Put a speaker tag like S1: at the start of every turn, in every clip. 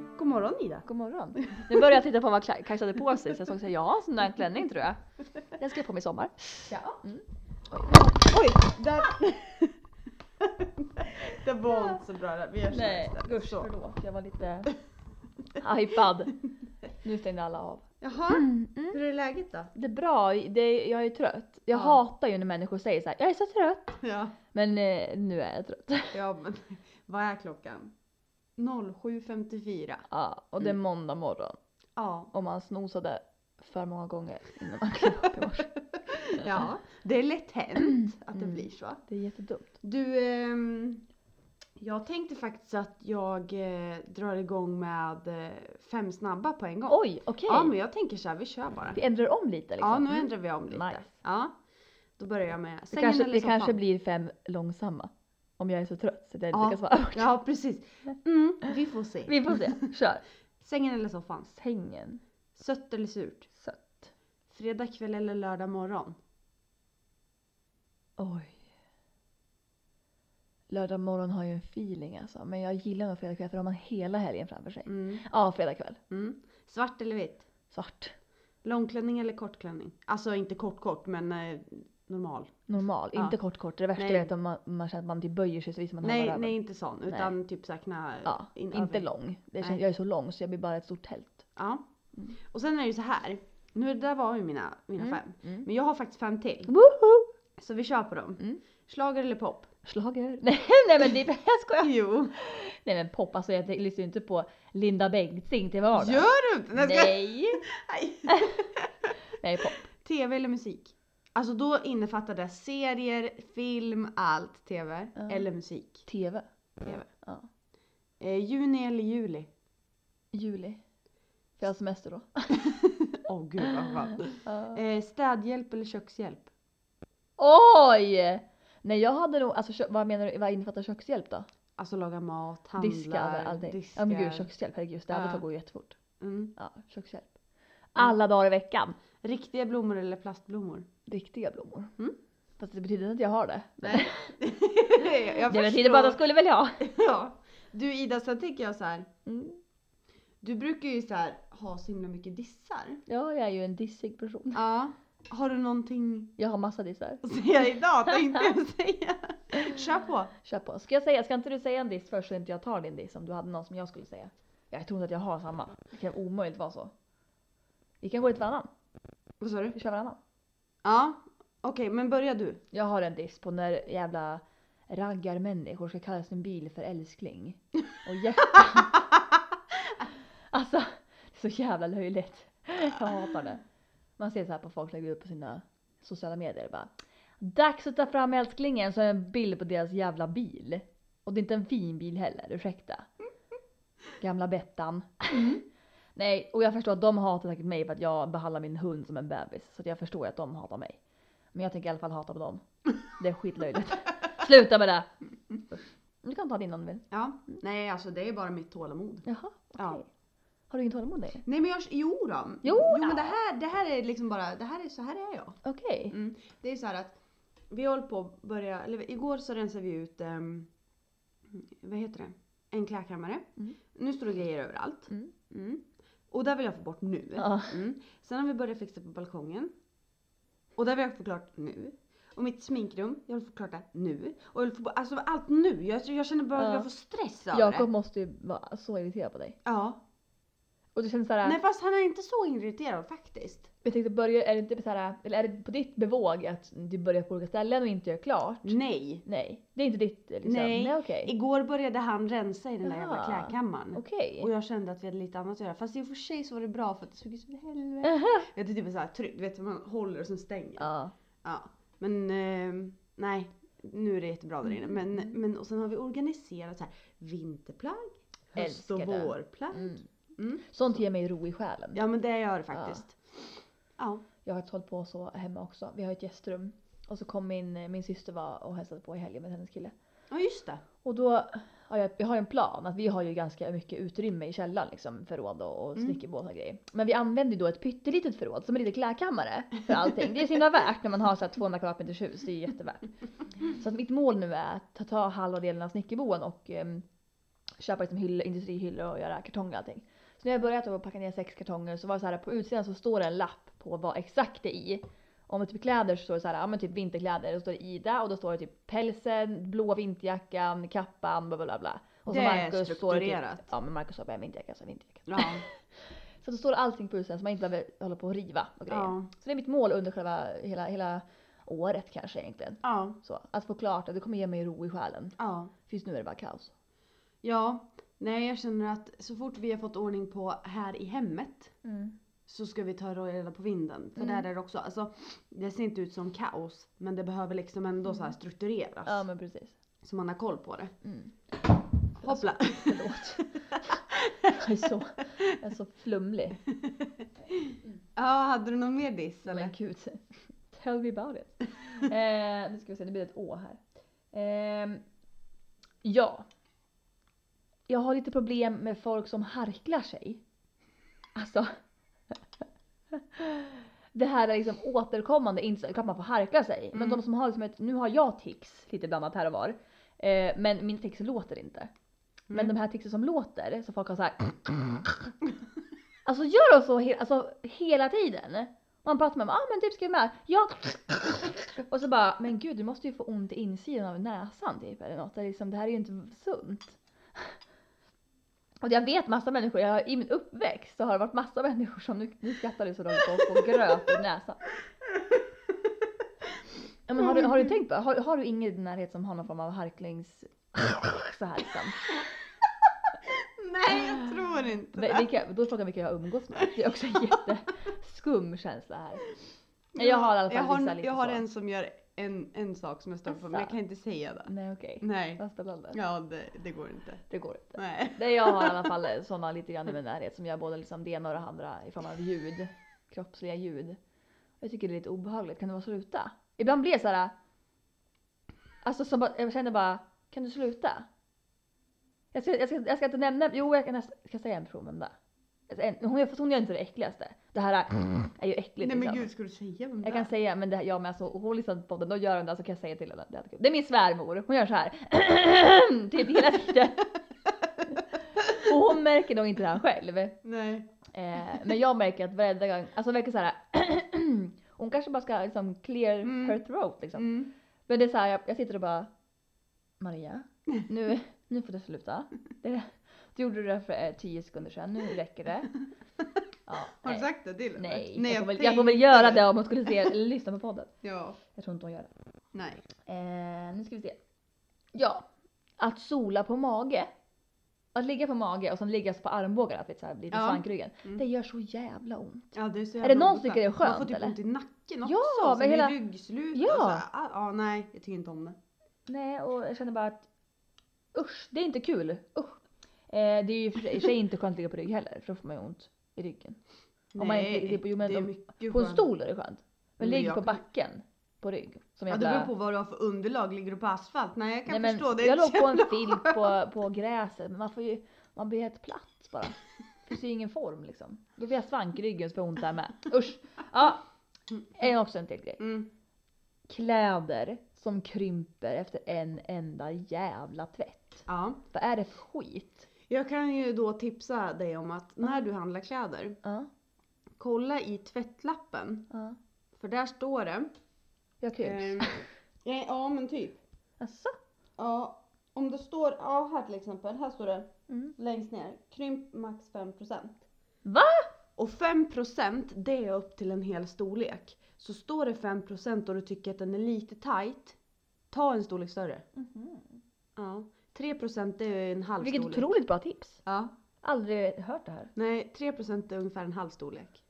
S1: Hej då, god morgon. Nu började jag titta på vad Kaj Kaj hade på sig så jag såg såhär, ja, sån där klänning tror jag. Den ska jag på mig i sommar.
S2: Ja.
S1: Mm.
S2: Oj, där... Ah! det var inte så bra där. Vi gör så här
S1: Nej,
S2: istället.
S1: usch
S2: Så.
S1: förlåt. Jag var lite hypad. Nu stängde alla av.
S2: Jaha, hur är läget då?
S1: Det är bra, det, jag är ju trött. Jag
S2: Ja.
S1: hatar ju när människor säger så här: jag är så trött.
S2: Ja,
S1: Men eh, nu är jag trött.
S2: ja men vad är klockan? 07.54.
S1: Ja, och det är måndag morgon
S2: Ja.
S1: och man snosade för många gånger innan man klev upp i morse.
S2: ja, det är lätt hänt att det
S1: Mm.
S2: blir så.
S1: Det är jättedumt.
S2: Du, ehm, jag tänkte faktiskt att jag eh, drar igång med eh, fem snabba på en gång.
S1: Oj, okej.
S2: Ja, men jag tänker så här, vi kör bara.
S1: Vi ändrar om lite liksom.
S2: Ja, nu
S1: Mm.
S2: ändrar vi om lite.
S1: Nice.
S2: Ja, då börjar jag med
S1: Det
S2: sängen
S1: kanske,
S2: eller
S1: det
S2: soffan.
S1: kanske blir fem långsamma. Om jag är så trött så att jag inte
S2: Ja.
S1: kan svara.
S2: Ja, precis. Mm, vi får se.
S1: Vi får se, kör.
S2: Sängen eller soffan?
S1: Sängen,
S2: Sött eller surt?
S1: sött.
S2: Fredag kväll eller lördag morgon?
S1: Oj. Lördag morgon har ju en feeling alltså. Men jag gillar nog fredag kväll för då har man hela helgen framför sig.
S2: Mm,
S1: Ja, fredag kväll.
S2: mm. Svart eller vitt?
S1: Svart.
S2: Långklänning eller kortklänning? Alltså inte kort kort, men eh, normal.
S1: Normal,
S2: Ja.
S1: inte kort kort. Det värsta
S2: Nej.
S1: är att om man, man känner att man typ böjer sig så visar man halva
S2: Nej,
S1: röven.
S2: nej inte sån. Utan typ såhär knä...
S1: Ja,
S2: in-
S1: inte
S2: över.
S1: lång. Det
S2: Nej.
S1: känns, jag är så lång så jag blir bara ett stort tält.
S2: Ja.
S1: Mm.
S2: Och sen är det ju så här. Nu, det där var ju mina, mina fem.
S1: Mm.
S2: Men jag har faktiskt fem till.
S1: Woho!
S2: Så vi kör på dem.
S1: Mm.
S2: Schlager eller pop?
S1: Schlager. Nej, nej men det, jag skojar.
S2: Jo.
S1: Nej men pop, alltså jag lyssnar ju inte på Linda Bengtzing till vardags.
S2: Gör du inte? Nej, jag skojar.
S1: Nej! Nej, pop.
S2: TV eller musik? Alltså då innefattar det serier, film, allt. TV
S1: Ja.
S2: eller musik.
S1: TV.
S2: TV.
S1: Ja.
S2: Eh, juni eller juli?
S1: Juli. För jag har semester då.
S2: Åh oh, gud vad skönt.
S1: Ja.
S2: Eh, städhjälp eller kökshjälp?
S1: Oj! Nej jag hade nog, alltså kö- vad menar du, vad innefattar kökshjälp då?
S2: Alltså laga mat, handla,
S1: Diska, allting.
S2: diskar.
S1: Ja men gud kökshjälp, herregud städat
S2: Ja.
S1: går ju jättefort.
S2: Mm.
S1: Ja, kökshjälp. Alla dagar i veckan.
S2: Riktiga blommor eller plastblommor?
S1: Riktiga blommor.
S2: Mm.
S1: Fast det betyder inte att jag har det.
S2: Nej. jag
S1: det betyder bara att jag skulle vilja ha.
S2: Ja. Du Ida, sen tänker jag så här.
S1: Mm.
S2: Du brukar ju så här ha så himla mycket dissar.
S1: Ja, jag är ju en dissig person.
S2: Ja. Har du någonting
S1: Jag har massa dissar.
S2: att säga idag tänkte jag säga. Kör på.
S1: Kör på. Ska jag säga, ska inte du säga en diss först så inte jag tar din diss om du hade någon som jag skulle säga? Jag tror inte att jag har samma. Det kan omöjligt vara så. Vi kan gå till varannan.
S2: Vad sa du?
S1: Vi kör varannan.
S2: Ja. Okej, men börja du.
S1: Jag har en diss på när jävla raggarmänniskor ska kalla sin bil för älskling. Och hjärtan. alltså, det är så jävla löjligt. Jag hatar det. Man ser så här på folk lägger upp på sina sociala medier bara. Dags att ta fram älsklingen så är det en bild på deras jävla bil. Och det är inte en fin bil heller, ursäkta. Gamla Bettan. Nej, och jag förstår att de hatar säkert mig för att jag behandlar min hund som en bebis. Så att jag förstår ju att de hatar mig. Men jag tänker i alla fall hata på dem. Det är skitlöjligt. Sluta med det! Du kan ta din om du vill.
S2: Ja. Nej, alltså det är bara mitt tålamod.
S1: Jaha, okej.
S2: Ja.
S1: Har du ingen tålamod längre?
S2: Nej men jag, jo då.
S1: Jo då.
S2: men det här, det här är liksom bara, det här är, så här är jag.
S1: Okej.
S2: Mm. Det är så här att vi håller på att börja, eller igår så rensade vi ut, ehm, vad heter det, en klädkammare.
S1: Mm.
S2: Nu står det grejer överallt.
S1: Mm.
S2: Mm. Och där vill jag få bort nu.
S1: Ja.
S2: Mm. Sen har vi börjat fixa på balkongen. Och där vill jag få klart nu. Och mitt sminkrum, jag vill få klart det nu. Och jag vill få bort, alltså allt nu. Jag, jag känner bara att
S1: Ja.
S2: jag får stress av
S1: Jakob
S2: det.
S1: måste ju vara så irriterad på dig.
S2: Ja.
S1: Och det känns såhär,
S2: Nej fast han är inte så irriterad faktiskt.
S1: jag tänkte börja, är det inte såhär, eller är det på ditt bevåg att du börjar på olika ställen och inte gör klart?
S2: Nej.
S1: Nej, det är inte ditt liksom.
S2: Mm. Nej.
S1: Nej okej.
S2: Igår började han rensa i den där jävla
S1: Jaha.
S2: klädkammaren.
S1: Okej.
S2: Och jag kände att vi hade lite annat att göra. Fast i och för sig så var det bra för att det såg ut som ett helvete.
S1: Aha.
S2: Jag tyckte typ såhär tryck, du vet man håller och sen stänger. Ja.
S1: Ja.
S2: Men eh, nej, nu är det jättebra där inne. Men,
S1: Mm.
S2: men och sen har vi organiserat så här vinterplagg, höst och
S1: Älskar det.
S2: vårplagg.
S1: Mm.
S2: Mm.
S1: Sånt ger mig ro i själen.
S2: Ja men det gör det faktiskt. Ja.
S1: Jag har hållit på så hemma också. Vi har ett gästrum. Och så kom min, min syster var och hälsade på i helgen med hennes kille.
S2: ja, just det.
S1: Och då har jag, jag har en plan att vi har ju ganska mycket utrymme i källaren liksom, förråd och, och
S2: Mm.
S1: snickerbås och grejer. Men vi använder ju då ett pyttelitet förråd som en liten klädkammare för allting. Det är så himla värt när man har så här 200 kvadratmeters hus, det är jättevärt. Så att mitt mål nu är att ta, ta halva delen av snickerboen och ehm, köpa liksom hyll, industrihyllor och göra kartonger och allting. Så när jag började att packa ner sex kartonger så var det så här på utsidan så står det en lapp på vad exakt det är i. Om det är typ kläder så står det så här, ja men typ vinterkläder, då står det Ida och då står det typ pälsen, blå vinterjackan, kappan, bla bla bla, bla. Och så
S2: Det är
S1: Marcus står
S2: strukturerat.
S1: Typ, ja men Marcus har bara en vinterjacka, så en vinterjacka.
S2: Ja.
S1: Så då står det allting på utsidan så man inte behöver hålla på och riva och grejer.
S2: ja.
S1: Så det är mitt mål under själva hela, hela året kanske egentligen.
S2: ja.
S1: Så, att få klart det, det kommer ge mig ro i själen.
S2: ja.
S1: Finns nu är det bara kaos.
S2: Ja, nej jag känner att så fort vi har fått ordning på här i hemmet så ska vi ta reda på vinden. För
S1: Mm.
S2: där är det också, alltså det ser inte ut som kaos men det behöver liksom ändå så här
S1: Mm.
S2: struktureras.
S1: Ja men Alltså- precis.
S2: Så man har koll på det.
S1: Mm.
S2: Hoppla!
S1: Förlåt. Jag är så, jag är så flumlig.
S2: Ja, hade du någon mer diss
S1: Men
S2: eller?
S1: gud. Tell me about it. Eh, nu ska vi se, det blir ett å här. Ehm, ja. Jag har lite problem med folk som harklar sig. Alltså. Det här är liksom återkommande inslag, klart man får harkla sig. Men
S2: Mm.
S1: de som har liksom ett, nu har jag tics lite blandat här och var. Eh, men min tics låter inte.
S2: Mm.
S1: Men de här ticsen som låter, så folk har så här. Alltså gör de så he- alltså, hela tiden? Man pratar med dem, ah men typ skriv med. Ja. Och så bara, men gud du måste ju få ont i insidan av näsan typ eller något. Det, är liksom, det här är ju inte sunt. Och jag vet massa människor, jag har, i min uppväxt så har det varit massa människor som, nu, nu skrattar du så de får, får gröt i näsan. Ja, men har, du, har du tänkt på, har, har du ingen i din närhet som har någon form av harklings... Så här liksom.
S2: Nej jag tror inte
S1: Vi-
S2: det.
S1: Vilka, då är frågan vilka jag har umgåtts med. Det är också en jätteskum känsla här. Nej, jag har i alla fall
S2: jag har,
S1: vissa lite
S2: jag har
S1: så.
S2: en som gör en, en sak som jag stör på men jag
S1: Jaså?
S2: kan inte säga det.
S1: Nej okej.
S2: Nej.
S1: Vad spännande.
S2: Ja det, det går inte.
S1: Det går inte.
S2: Nej.
S1: Nej, jag har i alla fall sådana lite grann i min närhet som gör både liksom det ena och det andra i form av ljud. Kroppsliga ljud. Jag tycker det är lite obehagligt. Kan du bara sluta? Ibland blir jag såhär... Alltså som bara, jag känner bara, kan du sluta? Jag ska, jag ska, jag ska inte nämna, jo jag kan, nästan- jag ska säga en person vem det är. Alltså, en- Hon, gör- fast hon gör inte det äckligaste. Det här är, är ju äckligt
S2: Nej men
S1: liksom.
S2: gud ska du säga vem det
S1: Jag kan
S2: är?
S1: säga, men det, ja, men alltså, hon lyssnar på podden, då gör hon det, så kan jag säga till henne. Det, är alltid kul. det är min svärmor, hon gör så här. typ hela tiden. Och hon märker nog inte det här själv.
S2: Nej.
S1: Eh, men jag märker att varenda gång, alltså verkar så här. hon kanske bara ska liksom clear
S2: Mm.
S1: her throat liksom.
S2: Mm.
S1: Men det är så här, jag, jag sitter och bara Maria, nu, nu får du sluta. Det, du gjorde det där för eh, tio sekunder sedan, nu räcker det. Ja,
S2: Har
S1: nej.
S2: du sagt det till henne?
S1: Nej, jag, får väl, jag
S2: tänkte
S1: får väl göra det om hon skulle se, eller lyssna på podden.
S2: Ja.
S1: Jag tror inte hon gör det.
S2: Nej.
S1: Eh, nu ska vi se. Ja, att sola på mage. Att ligga på mage och sen liggas på armbågarna, att det så här blir till
S2: Ja.
S1: svankryggen.
S2: Mm.
S1: Det gör så jävla ont.
S2: Ja, det är, så
S1: Är det
S2: jävla
S1: någon
S2: obekvämt.
S1: som tycker det är
S2: Man får
S1: skönt,
S2: typ
S1: eller?
S2: ont i nacken också.
S1: Ja,
S2: Ja,
S1: men
S2: men
S1: hela-
S2: hela... ryggslut
S1: Ja.
S2: och så här. Ah, ah, nej, jag tycker inte om det.
S1: Nej, och jag känner bara att usch, det är inte kul. Usch. Eh, det är ju för sig- i och för sig inte skönt att ligga på rygg heller, för då får man ju ont i ryggen. Om man inte ligger på- jo, men
S2: det är
S1: om-
S2: mycket
S1: På en
S2: skönt.
S1: stol är det skönt. Men
S2: Men
S1: ligg
S2: jag
S1: på
S2: kan-
S1: backen på rygg. Som
S2: Ja, det
S1: jävla-
S2: beror på vad du har för underlag. Ligger du på asfalt? Nej, jag kan
S1: Nej, men
S2: förstå. Det är
S1: jag låg
S2: ett
S1: på en
S2: jävla-
S1: filt på, på gräset men man får ju, man blir helt platt bara. Det finns ju ingen form liksom. Då blir jag svankryggen så får jag ont där med. Usch! Ja, en också en till grej.
S2: Mm.
S1: Kläder som krymper efter en enda jävla tvätt.
S2: Ja.
S1: Vad är det för skit?
S2: Jag kan ju då tipsa dig om att när du handlar kläder,
S1: Ja,
S2: kolla i tvättlappen.
S1: ja.
S2: För där står det.
S1: Jag kryps.
S2: ehm, nej, ja, men typ.
S1: Jaså?
S2: Ja, om det står, ja här till exempel, här står det
S1: Mm.
S2: längst ner, krymp max 5%.
S1: Va?
S2: Och 5% det är upp till en hel storlek. Så står det 5% och du tycker att den är lite tight, ta en storlek större. Ja. 3% det är en halv
S1: mhm. Vilket
S2: storlek.
S1: otroligt bra tips.
S2: Ja.
S1: Aldrig hört det här.
S2: Nej, 3% är ungefär en halv storlek.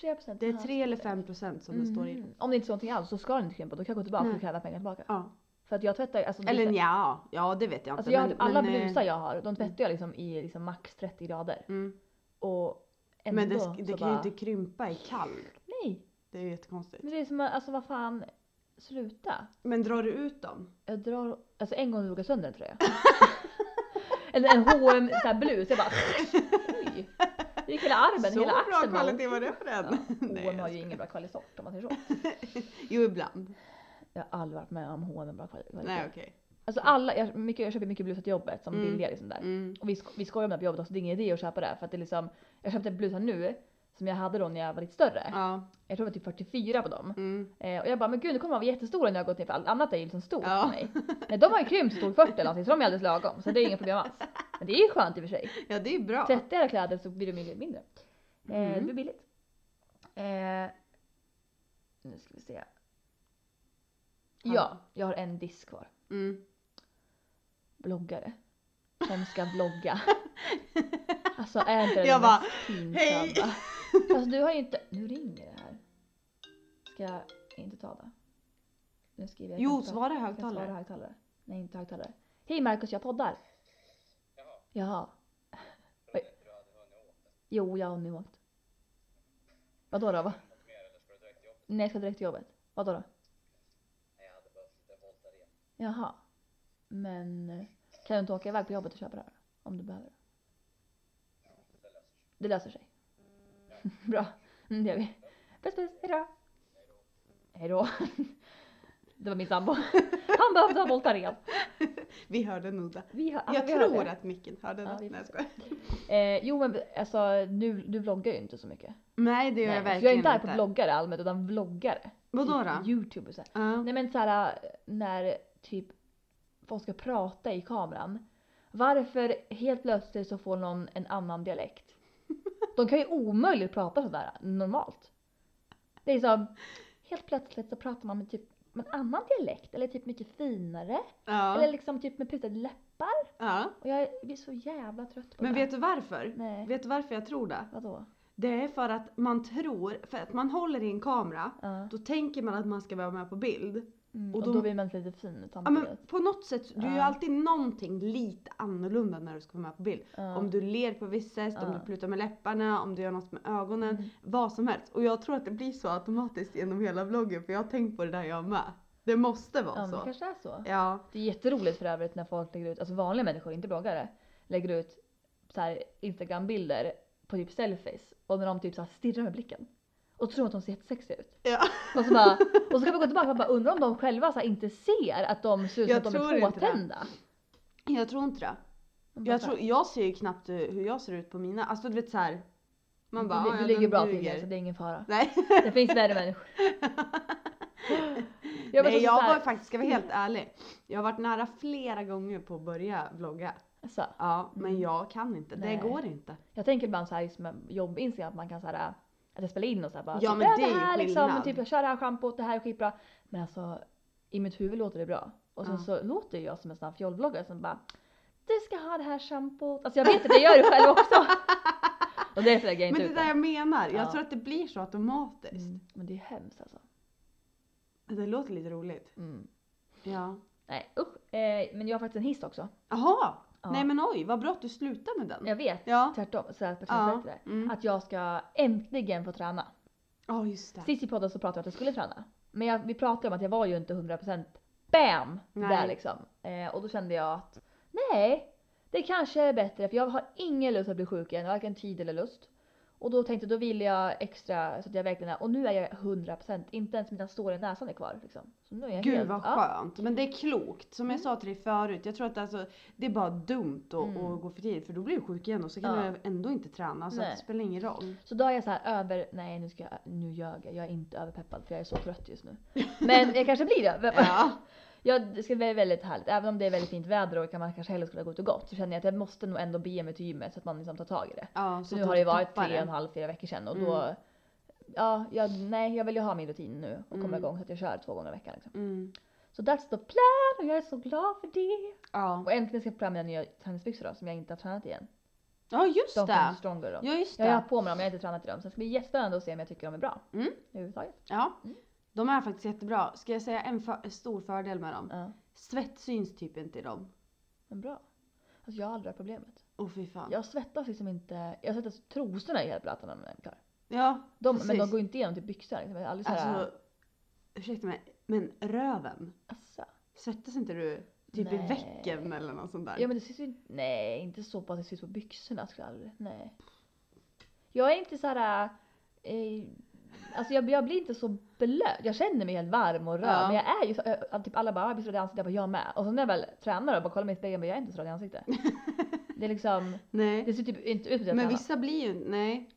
S1: 3%
S2: Det är 3 eller 5% som det står i.
S1: Mhm. Om det inte står någonting alls så ska det inte krympa. Då kan jag gå tillbaka
S2: Nej.
S1: och kräva pengar tillbaka.
S2: Ja.
S1: För att jag tvättar alltså, det är så-
S2: Eller ja, ja det vet jag inte.
S1: Mm. Alltså jag, har typ alla
S2: men, eh,
S1: blusar jag har, de tvättar jag liksom i liksom max 30 grader.
S2: Mm.
S1: Och ändå
S2: Men det, sk- det
S1: så
S2: kan ju
S1: bara,
S2: inte krympa i kall.
S1: Nej!
S2: Det är ju jättekonstigt.
S1: Men det är som, alltså vad fan, sluta.
S2: Men drar du ut dem?
S1: Jag drar, alltså en gång drog jag sönder en tröja. Eller en H&M så här blus, jag bara oj. Det gick hela armen,
S2: Så
S1: hela
S2: bra
S1: axeln. var-
S2: kvalitet var det på
S1: Ja,
S2: den?
S1: H&M har
S2: Nej, jag
S1: ju
S2: skojar.
S1: ingen bra kvalitet om man säger så.
S2: Jo, ibland.
S1: Jag har aldrig varit med om H&M bra kvalitet.
S2: Nej, okej.
S1: Alltså alla, jag, mycket, jag köper mycket blusar till jobbet som
S2: Mm.
S1: billiga liksom där.
S2: Mm.
S1: Och vi, sko- vi skojar om det på jobbet också, det är ingen idé att köpa det här, för att det är liksom, jag köpte blusar nu som jag hade då när jag var lite större.
S2: Ja.
S1: Jag tror det var typ 44 på dem.
S2: Mm.
S1: Eh, och jag bara, men gud nu kommer de vara jättestora när jag har gått ner för allt annat är ju liksom stort
S2: Ja.
S1: för mig. Nej de har ju krympt storlek 40 eller någonting så de är alldeles lagom så det är inga problem alls. Men det är ju skönt i och för sig.
S2: ja, det är bra.
S1: Tättigare kläder så blir de ju mindre. Eh, Det
S2: Mm.
S1: blir billigt. Eh, nu ska vi se. Ja, jag har en disk kvar.
S2: Mm.
S1: Bloggare. Som ska blogga. Alltså är inte det
S2: Jag
S1: det
S2: bara,
S1: mest
S2: "Hej!"
S1: pinsamma? Alltså du har ju inte... Nu ringer det här. Ska jag inte ta det? Nu skriver jag.
S2: Jo,
S1: inte ta-
S2: svara i
S1: Ska jag svara i
S2: högtalare.
S1: högtalare? Nej, inte högtalare. Hej Marcus, jag poddar. Jaha. Jaha. Jo, jag har nu åkt. Vadå då? Va? Nej, jag ska direkt till jobbet. Vadå då? Jaha. Men eh, kan du inte åka iväg på jobbet och köpa det här? Om du behöver det. Det löser sig. Bra. Mm, det gör vi. Puss puss, hejdå. Hejdå. Det var min sambo. Han behövde ha Voltaren.
S2: Vi hörde Nudda.
S1: Vi har,
S2: Jag
S1: vi har
S2: tror
S1: det.
S2: att micken hörde
S1: Ja,
S2: något.
S1: vi
S2: Nej,
S1: får
S2: jag skojar.
S1: Eh, jo men alltså nu, du vloggar ju inte så mycket.
S2: Nej, det gör
S1: Nej,
S2: jag
S1: för
S2: verkligen
S1: jag är inte arg på bloggare allmänt utan vloggare.
S2: Vadå
S1: Typ
S2: då?
S1: Youtubers.
S2: Ja.
S1: Nej men såhär när typ folk ska prata i kameran. Varför helt plötsligt så får någon en annan dialekt? De kan ju omöjligt prata sådär normalt. Det är som helt plötsligt så pratar man med typ med en annan dialekt eller typ mycket finare. Eller
S2: Ja.
S1: liksom typ med putade läppar.
S2: ja.
S1: Och jag blir så jävla trött på
S2: Men
S1: det.
S2: vet du varför?
S1: Nej.
S2: Vet du varför jag tror det?
S1: Vadå?
S2: Det är för att man tror, för att man håller i en kamera,
S1: Ja.
S2: då tänker man att man ska vara med på bild.
S1: Mm,
S2: och
S1: och,
S2: de-
S1: då blir man lite fin
S2: Ja, men
S1: samtidigt.
S2: på något sätt, du gör ju
S1: Ja.
S2: alltid någonting lite annorlunda när du ska vara med på bild.
S1: Ja.
S2: Om du ler på visst sätt, om
S1: Ja.
S2: du plutar med läpparna, om du gör något med ögonen.
S1: Mm.
S2: Vad som helst. Och jag tror att det blir så automatiskt genom hela vloggen för jag har tänkt på det där jag med. Det måste vara
S1: ja, men
S2: så.
S1: det kanske är så.
S2: Ja.
S1: Det är jätteroligt för övrigt när folk lägger ut, alltså vanliga människor, inte bloggare, lägger ut så här Instagram-bilder på typ selfies och när de typ så här stirrar med blicken. Och tror att de ser jättesexiga ut.
S2: ja.
S1: Och så, bara, och så kan man gå tillbaka och bara undra om de själva så här inte ser att de ser ut
S2: Jag
S1: som att de
S2: tror
S1: är
S2: inte det.
S1: påtända.
S2: Jag tror inte det.
S1: Man bara
S2: Jag,
S1: så här,
S2: tror, jag ser ju knappt eh, hur jag ser ut på mina. Alltså du vet såhär. Man bara,
S1: du,
S2: "Ah,
S1: du
S2: ja,
S1: ligger
S2: den
S1: bra till
S2: duger."
S1: dig så det är ingen fara.
S2: Nej,
S1: Det finns värre människor. Jag,
S2: Nej jag
S1: så här,
S2: var faktiskt, ska vara helt ärlig. Jag har varit nära flera gånger på att börja vlogga.
S1: alltså,
S2: Ja, men
S1: Mm.
S2: jag kan inte.
S1: Nej.
S2: Det går inte.
S1: Jag tänker ibland så här just med jobb Instagram att man kan så här äh, att jag spelar in och så här bara
S2: Ja,
S1: typ,
S2: men
S1: "Äh,
S2: det är ju
S1: här
S2: skillnad.
S1: typ jag kör det här schampot, det här är skitbra. Men alltså i mitt huvud låter det bra och sen
S2: Ja.
S1: så låter jag som en sån här fjollvloggare som bara du ska ha det här schampot. Alltså jag vet att jag gör det själv också. och därför lägger jag
S2: Men
S1: inte
S2: det är
S1: ut
S2: det
S1: det.
S2: jag menar. Jag
S1: Ja.
S2: tror att det blir så automatiskt.
S1: Mm, men det är hemskt alltså.
S2: Det låter lite roligt.
S1: Mm.
S2: Ja.
S1: Nej usch. Eh, men jag har faktiskt en hiss också.
S2: Jaha!
S1: Ja.
S2: Nej men oj, vad bra att du slutar med den.
S1: Jag vet.
S2: Ja.
S1: Tvärtom. Så här,
S2: Ja.
S1: ja.
S2: Mm.
S1: Att jag ska äntligen få träna.
S2: Ja, just det.
S1: Sist i podden så pratade jag att jag skulle träna. Men jag, vi pratade om att jag var ju inte 100% BAM!
S2: Nej.
S1: Där liksom. Eh, och då kände jag att nej, det kanske är bättre för jag har ingen lust att bli sjuk igen, varken tid eller lust. Och då tänkte jag, då vill jag extra så att jag verkligen är, och nu är jag 100%, inte ens mina sår i näsan är kvar. Liksom. Så nu är jag
S2: Gud
S1: helt,
S2: vad
S1: ja.
S2: skönt. Men det är klokt. Som jag sa till dig förut, jag tror att alltså, det är bara dumt att,
S1: Mm.
S2: att gå för tidigt för då blir du sjuk igen och så kan
S1: Ja.
S2: du ändå inte träna så att
S1: Nej.
S2: det spelar ingen roll.
S1: Så då är jag så här över, nej nu, ska jag, nu ljög jag, jag är inte överpeppad för jag är så trött just nu. Men jag kanske blir det.
S2: Ja.
S1: Ja, det ska bli väldigt härligt. Även om det är väldigt fint väder och kan man kanske hellre skulle ha gått och gått så känner jag att jag måste nog ändå bege mig till gymmet så att man liksom tar tag i det.
S2: ja
S1: Så nu
S2: att du
S1: har det ju
S2: inte
S1: varit tre
S2: tappar
S1: och en
S2: det.
S1: halv, fyra veckor sedan och
S2: Mm.
S1: då... Ja, jag, nej, jag vill ju ha min rutin nu och komma
S2: Mm.
S1: igång så att jag kör två gånger i veckan. Liksom.
S2: Mm.
S1: Så that's the plan och jag är så glad för det.
S2: Ja.
S1: Och äntligen ska jag få fram mina nya träningsbyxor då som jag inte har tränat igen.
S2: ja, just
S1: De
S2: det.
S1: från Stronger då.
S2: Ja, just
S1: Jag har
S2: det.
S1: haft på mig dem, jag har inte tränat i dem. Så det ska bli jättespännande att se om jag tycker de är bra.
S2: Mm.
S1: Överhuvudtaget.
S2: Ja.
S1: Mm.
S2: De är faktiskt jättebra. Ska jag säga en för, stor fördel med dem?
S1: Ja,
S2: Svett syns typ inte i dem.
S1: men bra. Alltså jag har aldrig det här problemet.
S2: Åh fy fan. Ja,
S1: Jag svettas liksom inte, jag svettas trosorna är helt blöta när de är klara. De, men de
S2: precis.
S1: går ju inte igenom typ byxor. Liksom. Jag är Aldrig så här, alltså,
S2: Alltså, ursäkta mig, men röven. Svettas inte du typ i
S1: Nej.
S2: veckan eller något sånt där?
S1: Ja men det syns ju inte- nej inte så på att det syns på byxorna skulle jag aldrig, nej. Jag är inte så här. Eh, alltså jag, jag blir inte så blöt. Jag känner mig helt varm och röd
S2: Ja.
S1: men jag är ju så, jag, typ alla bara "Ah, jag blir så röd i ansiktet, jag bara jag med. Och sen när jag väl tränar och bara kollar mig i spegeln bara jag är inte så röd i ansiktet. det är liksom,
S2: Nej.
S1: det ser typ inte ut som jag
S2: Men
S1: tränar.
S2: vissa blir ju, nej.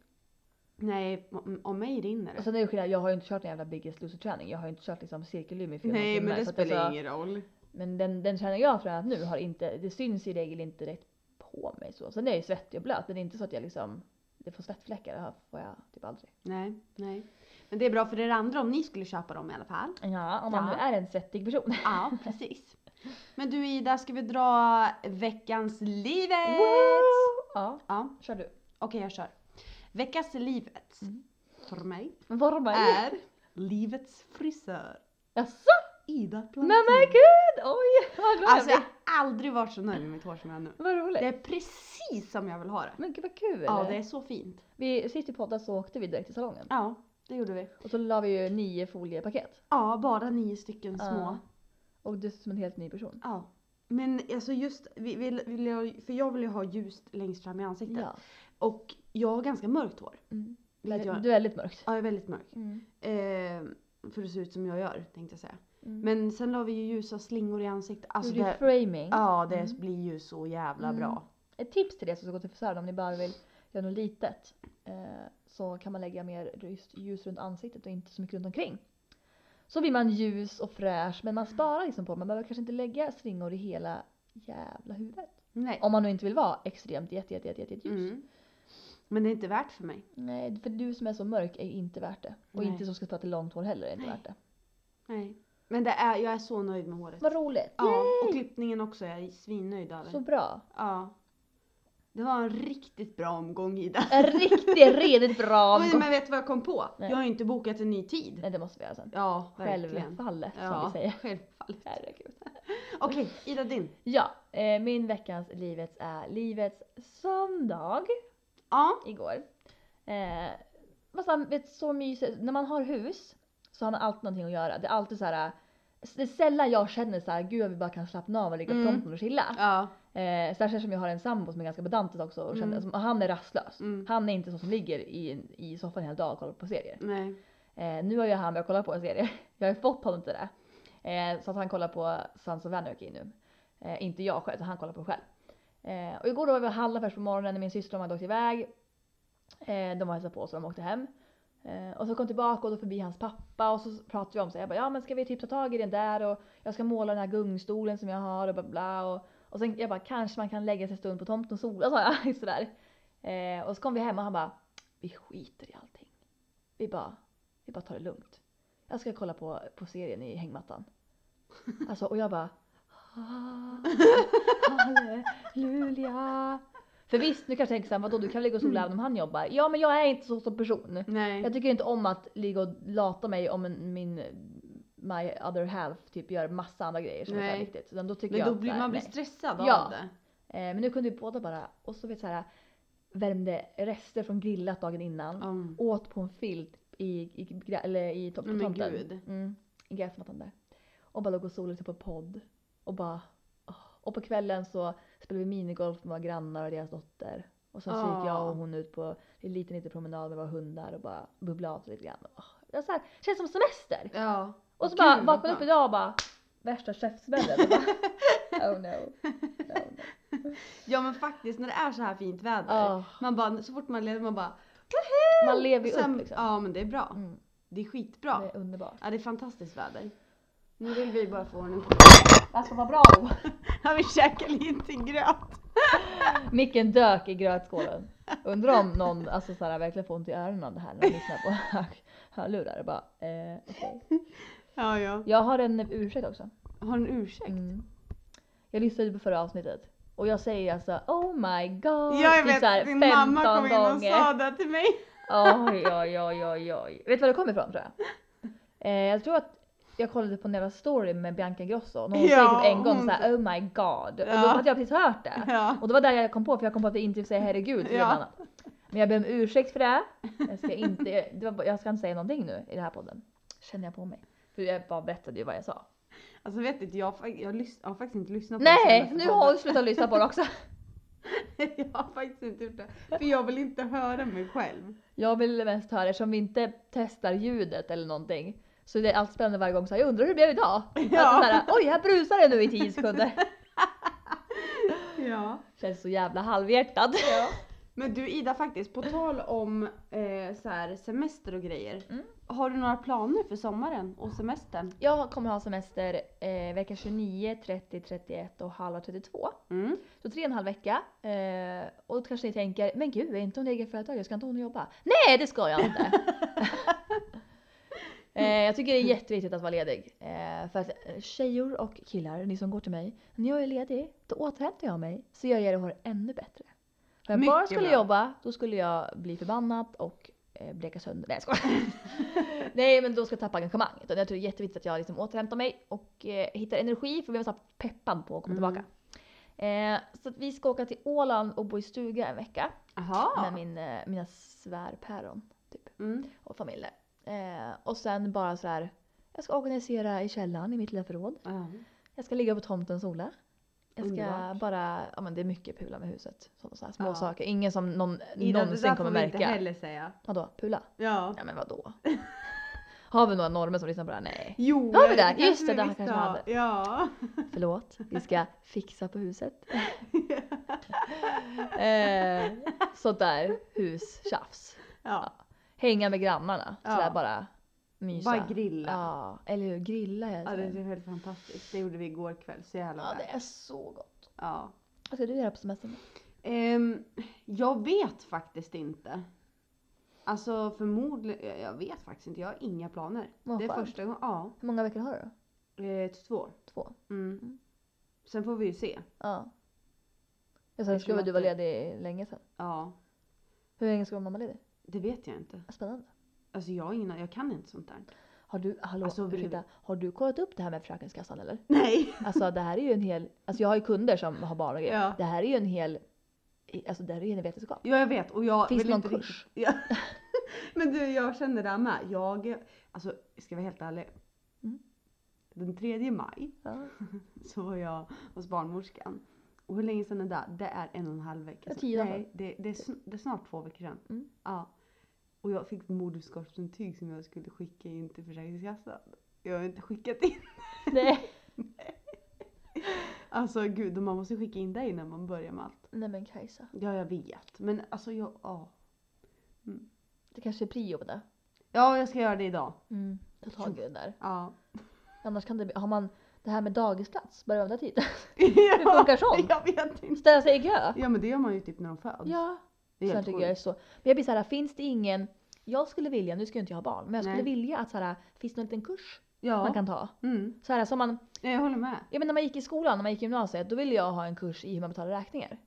S2: Nej, om- om mig rinner
S1: Och
S2: det.
S1: sen är det skillnad, jag har ju inte kört någon jävla Biggest Loser träning. Jag har ju inte kört liksom cirkellim i fyra
S2: Nej
S1: timmar,
S2: men det
S1: så att alltså-
S2: spelar ingen roll.
S1: Men den, den träning jag har tränat nu har inte, det syns i regel inte direkt på mig så. Sen är jag ju svettig och blöt men det är inte så att jag liksom, det får svettfläckar, det här får jag typ aldrig.
S2: Nej, nej. Men det är bra för er andra om ni skulle köpa dem i alla fall.
S1: Ja, Ah. om man
S2: Ja.
S1: nu är en svettig person.
S2: Ja, precis. Men du Ida, ska vi dra veckans livet?
S1: Ja,
S2: Ja,
S1: kör du.
S2: okej jag kör. Veckans livet
S1: Mm.
S2: för mig
S1: Varma är...
S2: är livets frisör.
S1: Jaså?
S2: Ida
S1: Nej
S2: Plantin.
S1: men gud! Oj, vad glad
S2: Mm. Alltså jag
S1: jag
S2: har aldrig varit så nöjd med mitt hår som jag är nu.
S1: blir. Vad roligt.
S2: Det är precis som jag vill ha det.
S1: Men gud vad kul.
S2: Ja, det är så fint.
S1: Vi, sist vi poddade så åkte vi direkt till salongen.
S2: Ja, det gjorde vi.
S1: Och så la vi ju nio foliepaket.
S2: Ja, bara nio stycken små.
S1: Ja. Och du ser ut som en helt ny person.
S2: Ja. Men alltså just, vi vill, vill jag, för jag vill ju ha ljust längst fram i ansiktet.
S1: Ja.
S2: Och jag har ganska mörkt hår.
S1: Mm.
S2: Vilket jag,
S1: Du är lite mörkt.
S2: ja, jag är väldigt mörk.
S1: Mm.
S2: Eh, för att se ut som jag gör tänkte jag säga.
S1: Mm.
S2: Men sen la vi ju ljusa slingor i ansiktet. Alltså
S1: Gjorde
S2: det,
S1: framing.
S2: ja, det
S1: Mm.
S2: blir ju så jävla
S1: Mm.
S2: bra.
S1: Ett tips till det som ska gå till frisören om ni bara vill göra något litet. Eh, så kan man lägga mer just ljus runt ansiktet och inte så mycket runt omkring. Så blir man ljus och fräsch men man sparar liksom på det. Man behöver kanske inte lägga slingor i hela jävla huvudet.
S2: Nej.
S1: Om man nu inte vill vara extremt jätte, jätte, jätte, jätte, jätte ljus.
S2: Mm. Men det är inte värt för mig.
S1: Nej, för du som är så mörk är ju inte värt det. Och
S2: Nej.
S1: inte som ska ta till långt hår heller är inte
S2: Nej.
S1: värt det.
S2: Nej. Men det är, jag är så nöjd med håret.
S1: Vad roligt!
S2: Ja, och klippningen också. Jag är svinnöjd över.
S1: Så bra!
S2: Ja. Det var en riktigt bra omgång Ida.
S1: En riktigt, redigt bra
S2: Oj,
S1: avgång.
S2: Men vet du vad jag kom på?
S1: Nej.
S2: Jag har ju inte bokat en ny tid.
S1: Nej, det måste vi göra sen.
S2: Ja, verkligen.
S1: Självfallet som
S2: Ja,
S1: vi säger.
S2: självfallet.
S1: Herregud.
S2: Okej, Ida din.
S1: Ja, eh, min veckans Livets är Livets söndag
S2: Ja.
S1: igår. Eh, vad fan, vet, du, så mysigt. När man har hus så har man alltid någonting att göra. Det är alltid så här. eh, Det är sällan jag känner så här, gud jag vi bara kan slappna av och ligga på
S2: Mm.
S1: tomten och chilla.
S2: Ja.
S1: Eh, särskilt som jag har en sambo som är ganska pedantisk också och, känner,
S2: Mm.
S1: som, och han är rastlös.
S2: Mm.
S1: Han är inte så som ligger i, i soffan hela dagen och kollar på serier.
S2: Nej.
S1: Eh, nu har ju han börjat kolla på en serie. Jag har ju fått honom till det. Eh, så att han kollar på Sons of Anarchy nu. Eh, inte jag själv, utan han kollar på det själv. Eh, och igår då var vi och handlade först på morgonen när min syster och de hade åkt iväg. Eh, de var hälsat på oss och de åkte hem. Eh, och så kom tillbaka och då förbi hans pappa och så pratade vi om så här, jag bara, ja men ska vi typ ta tag i den där och jag ska måla den här gungstolen som jag har och bla bla, bla. Och, och sen jag bara kanske man kan lägga sig en stund på tomten och sola sa jag. Sådär. Eh, och så kom vi hem och han bara vi skiter i allting. Vi bara, vi bara tar det lugnt. Jag ska kolla på, på serien i hängmattan. Alltså och jag bara "Ah, Halleluja. För visst, nu kanske jag tänker såhär, vadå du kan ligga och sola även om han jobbar? Ja men jag är inte så som person.
S2: Nej.
S1: Jag tycker inte om att ligga och lata mig om en, min my other half typ gör massa andra grejer som är så här
S2: Nej.
S1: viktigt. Utan då tycker
S2: Men
S1: jag
S2: då
S1: att
S2: blir
S1: så här,
S2: man blir
S1: nej.
S2: stressad
S1: Ja.
S2: av det.
S1: Eh, Men nu kunde vi båda bara, och så vet så här värmde rester från grillat dagen innan.
S2: Mm.
S1: Åt på en filt i, i, gra- eller i to- på
S2: Nej, men
S1: tomten.
S2: gud.
S1: Mm, I gräsmattan där. Och bara låg och solade sig på podd. Och bara... åh. Och på kvällen så spelade vi minigolf med våra grannar och deras dotter. Och sen så gick jag
S2: Ah.
S1: och hon ut på en liten, liten promenad med våra hundar och bara bubblade av sig lite grann. Åh, Det var så här, känns som semester!
S2: Ja.
S1: Och så
S2: Gud,
S1: bara
S2: vad
S1: vaknade jag upp
S2: skönt.
S1: idag och bara värsta käftsmällen. Och bara, Oh no. no, no.
S2: Ja men faktiskt när det är så här fint väder.
S1: Ja.
S2: Man bara, så fort man leder man bara.
S1: Man lever ju
S2: sen-
S1: upp liksom.
S2: Ja men det är bra.
S1: Mm,
S2: Det är
S1: det
S2: skitbra.
S1: är underbart.
S2: Ja det är fantastiskt väder. Nu vill vi bara få ordning på
S1: Alltså vad bra Lo.
S2: Jag vill käka lite gröt.
S1: Micken dök i grötskålen. Undrar om någon alltså, så här, verkligen får ont i öronen av det här när de lyssnar på hör- hörlurar. Och Bara, eh, okej.
S2: Ja ja.
S1: Jag har en ursäkt också.
S2: Har en ursäkt?
S1: Mm. Jag lyssnade på förra avsnittet och jag säger alltså oh my god.
S2: Ja, jag
S1: typ så här
S2: vet, din mamma
S1: 15
S2: kom in och
S1: gånger.
S2: sa det till mig.
S1: Oj, oj, oj, oj, oj. Vet du var det kommer ifrån tror jag? Eh, jag tror att jag kollade på en jävla story med Bianca Ingrosso. När hon
S2: Ja,
S1: säger typ en gång
S2: hon-
S1: såhär oh my god. Och då
S2: Ja.
S1: hade jag precis hört det.
S2: Ja.
S1: Och det var där jag kom på, för jag kom på att vi inte fick säga herregud till
S2: Ja.
S1: annat. Men jag ber om ursäkt för det. Jag ska inte, jag- det var, bara- jag ska inte säga någonting nu i den här podden. Känner jag på mig. För jag bara berättade ju vad jag sa.
S2: Alltså vet inte, jag, har fa- jag, lys- jag har faktiskt inte lyssnat på
S1: Nej,
S2: senaste
S1: nu
S2: podden.
S1: har hon slutat lyssna på det också.
S2: jag har faktiskt inte gjort det. För jag vill inte höra mig själv.
S1: Jag vill mest höra, eftersom vi inte testar ljudet eller någonting, så det är allt spännande varje gång. Så här, jag undrar hur det blev idag?
S2: Ja.
S1: Alltså, så här, Oj, här brusar det nu i tio sekunder.
S2: Ja.
S1: Känns så jävla halvhjärtat.
S2: Men du Ida faktiskt, på tal om eh, så här, semester och grejer.
S1: Mm.
S2: Har du några planer för sommaren och semestern?
S1: Jag kommer ha semester eh, vecka 29, 30, 31 och halva 32.
S2: Mm.
S1: Så tre och en halv vecka. Eh, och då kanske ni tänker, men gud, är inte hon egenföretagare? Ska inte hon jobba? Nej, det ska jag inte! eh, jag tycker det är jätteviktigt att vara ledig. Eh, för att eh, tjejor och killar, ni som går till mig, när jag är ledig, då återhämtar jag mig. Så jag gör det här ännu bättre. För om jag bara
S2: Mycket
S1: skulle
S2: bra.
S1: jobba, då skulle jag bli förbannad och eh, bleka sönder. Nej, jag skojar. Nej, men då ska jag tappa engagemanget. Och jag tror det är jätteviktigt att jag liksom återhämtar mig och eh, hittar energi för att bli så här peppad på att komma
S2: Mm.
S1: tillbaka. Eh, så att vi ska åka till Åland och bo i stuga en vecka med
S2: Jaha.
S1: min, eh, mina svärpäron
S2: Mm.
S1: och familj. Eh, och sen bara så här. jag ska organisera i källaren i mitt lilla förråd.
S2: Ja.
S1: Jag ska ligga på tomten och sola. Jag ska
S2: Underbart.
S1: bara, ja men det är mycket pula med huset. Sådana så här små
S2: Ja.
S1: saker. Ingen som någon
S2: Ida, det där
S1: någonsin
S2: får
S1: kommer
S2: vi inte
S1: märka.
S2: heller säga.
S1: Vadå, pula?
S2: Ja.
S1: Ja men vadå? Har vi några normer som lyssnar på det här? Nej.
S2: Jo,
S1: Har vi det?
S2: kanske
S1: Just det,
S2: vi
S1: där
S2: visst
S1: kanske vi
S2: har.
S1: hade.
S2: Ja.
S1: Förlåt, vi ska fixa på huset. eh, sånt där hustjafs.
S2: ja.
S1: Hänga med grannarna.
S2: Ja.
S1: Sådär bara mysa.
S2: Bara grilla.
S1: Ja, eller hur? Grilla jag
S2: Ja, det
S1: säger.
S2: är helt fantastiskt. Det gjorde vi igår kväll. Så jävla
S1: Ja,
S2: bra.
S1: det är så gott. Alltså,
S2: Ja.
S1: Vad ska du göra på semestern?
S2: Ehm, jag vet faktiskt inte. Alltså förmodligen, jag vet faktiskt inte. Jag har inga planer.
S1: Vad
S2: det är
S1: skönt.
S2: första gången, ja.
S1: Hur många veckor har du då?
S2: Eh, två.
S1: Två?
S2: Mm.
S1: Mm.
S2: Sen får vi ju se.
S1: Ja. Jag
S2: Eftersom
S1: sa skulle
S2: att
S1: du var
S2: det-
S1: ledig länge sedan.
S2: Ja,
S1: Hur länge ska du vara mammaledig?
S2: det vet jag inte.
S1: Spännande.
S2: Alltså jag har ingen, jag kan inte sånt där.
S1: Har du, hallå,
S2: Alltså, vill-
S1: ursäkta, har du kollat upp det här med Försäkringskassan eller?
S2: Nej.
S1: Alltså det här är ju en hel, alltså jag har ju kunder som har barn och grejer.
S2: Ja.
S1: Det här är ju en hel, alltså det här är ju en vetenskap.
S2: Ja, jag vet och jag
S1: Finns
S2: vill
S1: det någon
S2: inte riktigt-
S1: kurs?
S2: Ja. Men du, jag känner det här med. Jag, alltså ska jag vara helt ärlig.
S1: Mm.
S2: Den 3 maj
S1: Ja.
S2: så var jag hos barnmorskan. Och hur länge sedan är det? Det är en och en halv vecka
S1: Ja,
S2: sedan.
S1: tio dagar.
S2: Nej, det, det, är sn- det är snart två veckor sedan.
S1: Mm.
S2: Ja. Och jag fick ett moderskapsintyg som jag skulle skicka in till Försäkringskassan. Jag har inte skickat in.
S1: Nej.
S2: Alltså gud, man måste ju skicka in det innan man börjar med allt.
S1: Nej men Kajsa,
S2: Ja, jag vet. Men alltså jag, ja.
S1: det kanske är prio på det.
S2: Ja, jag ska göra det idag.
S1: Mm. Ta tag i det där.
S2: Ja.
S1: Annars kan det bli, har man det här med dagisplats, börja övda tid.
S2: Hur
S1: funkar sånt?
S2: Jag vet inte.
S1: Ställa sig i kö.
S2: Ja men det gör man ju typ när de föds.
S1: Ja.
S2: det är
S1: Sen
S2: helt
S1: tycker jag är
S2: sjukt.
S1: så. Men jag blir såhär, finns det ingen, jag skulle vilja, nu ska ju inte jag ha barn, men jag skulle
S2: Nej.
S1: vilja att såhär, finns det någon liten kurs
S2: Ja,
S1: man kan ta?
S2: mm.
S1: Såhär som man,
S2: Nej, jag håller med.
S1: jag menar när man gick i skolan, när man gick i gymnasiet, då ville jag ha en kurs i hur man betalar räkningar.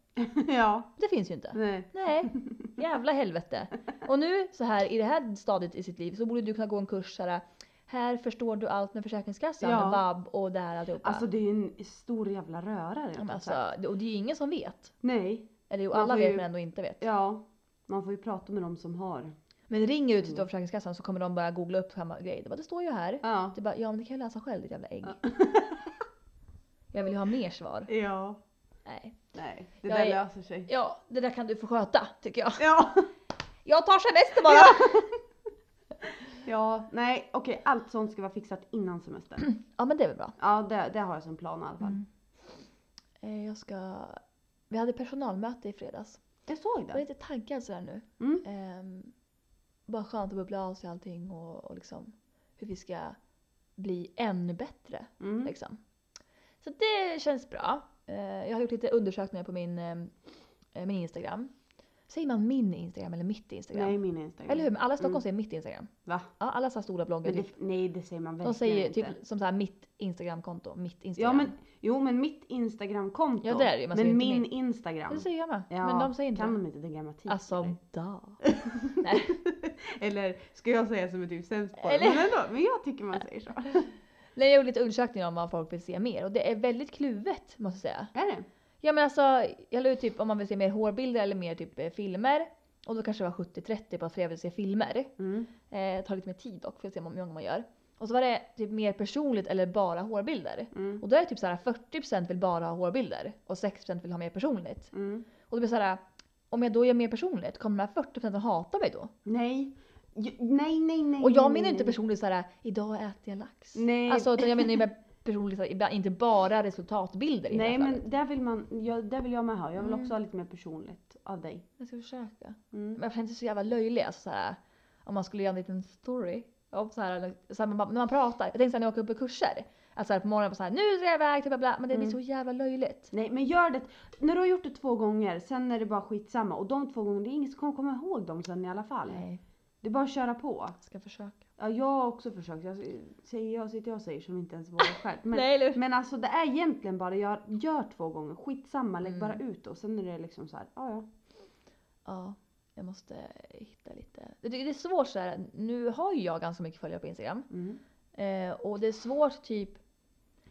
S2: ja,
S1: Det finns ju inte.
S2: nej.
S1: Nej, jävla helvete. Och nu så här i det här stadiet i sitt liv så borde du kunna gå en kurs så här. Här förstår du allt med Försäkringskassan,
S2: Ja.
S1: vab och det här alltihopa.
S2: Alltså det är ju en stor jävla
S1: Ja,
S2: röra
S1: men
S2: rent ut sagt.
S1: alltså, det- och det är ju ingen som vet.
S2: Nej,
S1: Eller jo,
S2: Man
S1: alla
S2: får
S1: vet
S2: ju-
S1: men ändå inte vet.
S2: ja. Man får ju prata med de som har.
S1: Men ringer du till Försäkringskassan så kommer de börja googla upp samma grej. Det, bara, det står ju här.
S2: Mm. Ja.
S1: Du bara, ja men det kan jag läsa själv ditt jävla ägg. jag vill ju ha mer svar.
S2: Ja.
S1: Nej.
S2: Nej, det
S1: Jag
S2: där
S1: är-
S2: löser sig.
S1: Ja, det där kan du få sköta tycker jag.
S2: Ja.
S1: Jag tar semester bara!
S2: Ja, nej okej allt sånt ska vara fixat innan semestern.
S1: ja men det är väl bra.
S2: Ja det, det har jag som plan i alla fall.
S1: Mm. Eh, Jag ska... Vi hade personalmöte i fredags.
S2: Jag såg
S1: Jag är
S2: det.
S1: lite taggad sådär nu.
S2: Mm.
S1: Ehm, bara skönt att bubbla av sig allting och, och liksom hur vi ska bli ännu bättre.
S2: Mm.
S1: Liksom. Så det känns bra. Eh, jag har gjort lite undersökningar på min, ehm, eh, min Instagram. Säger man min Instagram eller mitt Instagram?
S2: Nej min Instagram.
S1: Eller hur? Men alla i Stockholm säger mitt Instagram.
S2: Va?
S1: Ja, alla så här stora bloggar.
S2: Men
S1: Typ.
S2: det, nej det säger man verkligen
S1: De säger
S2: inte.
S1: typ som så här mitt Instagramkonto, mitt
S2: Ja
S1: Instagram.
S2: men, jo men mitt instagramkonto.
S1: Ja, det är det ju. Man säger
S2: men
S1: inte
S2: min
S1: Ja,
S2: instagram.
S1: Det säger jag med.
S2: Ja,
S1: men de säger inte
S2: Kan
S1: det.
S2: de inte den grammatik?
S1: Alltså, da. Nej.
S2: Eller ska jag säga som är typ sämst på
S1: Eller-
S2: det? Men, ändå, men jag tycker man säger så.
S1: Nej, jag gjorde lite undersökningar om vad folk vill se mer och det är väldigt kluvet måste jag säga.
S2: Är det?
S1: Ja men alltså, jag la ut typ om man vill se mer hårbilder eller mer typ eh, filmer. Och då kanske det var 70-30 på att jag vill se filmer.
S2: Mm.
S1: Eh, tar lite mer tid dock för att se hur många man gör. Och Och så var det typ mer personligt eller bara hårbilder.
S2: Mm.
S1: Och då är det typ så här 40% vill bara ha hårbilder och 60% vill ha mer personligt.
S2: Mm.
S1: Och det blir så här, om jag då gör mer personligt, kommer de här 40% att hata mig då?
S2: Nej. Ju- Nej, nej, nej.
S1: Och jag
S2: nej,
S1: menar inte
S2: nej.
S1: personligt så här, idag äter jag lax.
S2: Mm. Nej.
S1: Alltså utan jag menar ju med personligt, så här, ibland- inte bara resultatbilder i
S2: Nej
S1: det här
S2: men
S1: fallet.
S2: där vill, man, jag, där vill jag med ha. Jag vill
S1: Mm.
S2: också ha lite mer personligt av dig.
S1: Jag ska försöka.
S2: Mm.
S1: Men jag kände så jävla löjlig alltså, så här, om man skulle göra en liten story. Om så här, så här, man bara, när man pratar, jag tänkte såhär när jag åker upp på kurser. Att så här, på morgonen bara så här, nu drar jag iväg, typ, bla, bla, men det blir
S2: Mm.
S1: så jävla löjligt.
S2: Nej men gör det. När du har gjort det två gånger, sen är det bara skitsamma. Och de två gångerna, det är ingen som kommer komma ihåg dem sen i alla fall.
S1: Nej,
S2: Det är bara att köra på.
S1: jag ska försöka.
S2: Ja, jag har också försökt. Jag, säger jag sitter jag och säger som inte ens vågar själv. Men,
S1: Nej, eller hur?
S2: men alltså det är egentligen bara, jag gör två gånger, skitsamma, lägg
S1: Mm.
S2: bara ut och sen är det liksom så här, ja ja.
S1: Ja, jag måste hitta lite. Det, det är svårt så här. nu har ju jag ganska mycket följare på Instagram.
S2: Mm.
S1: Eh, och det är svårt typ,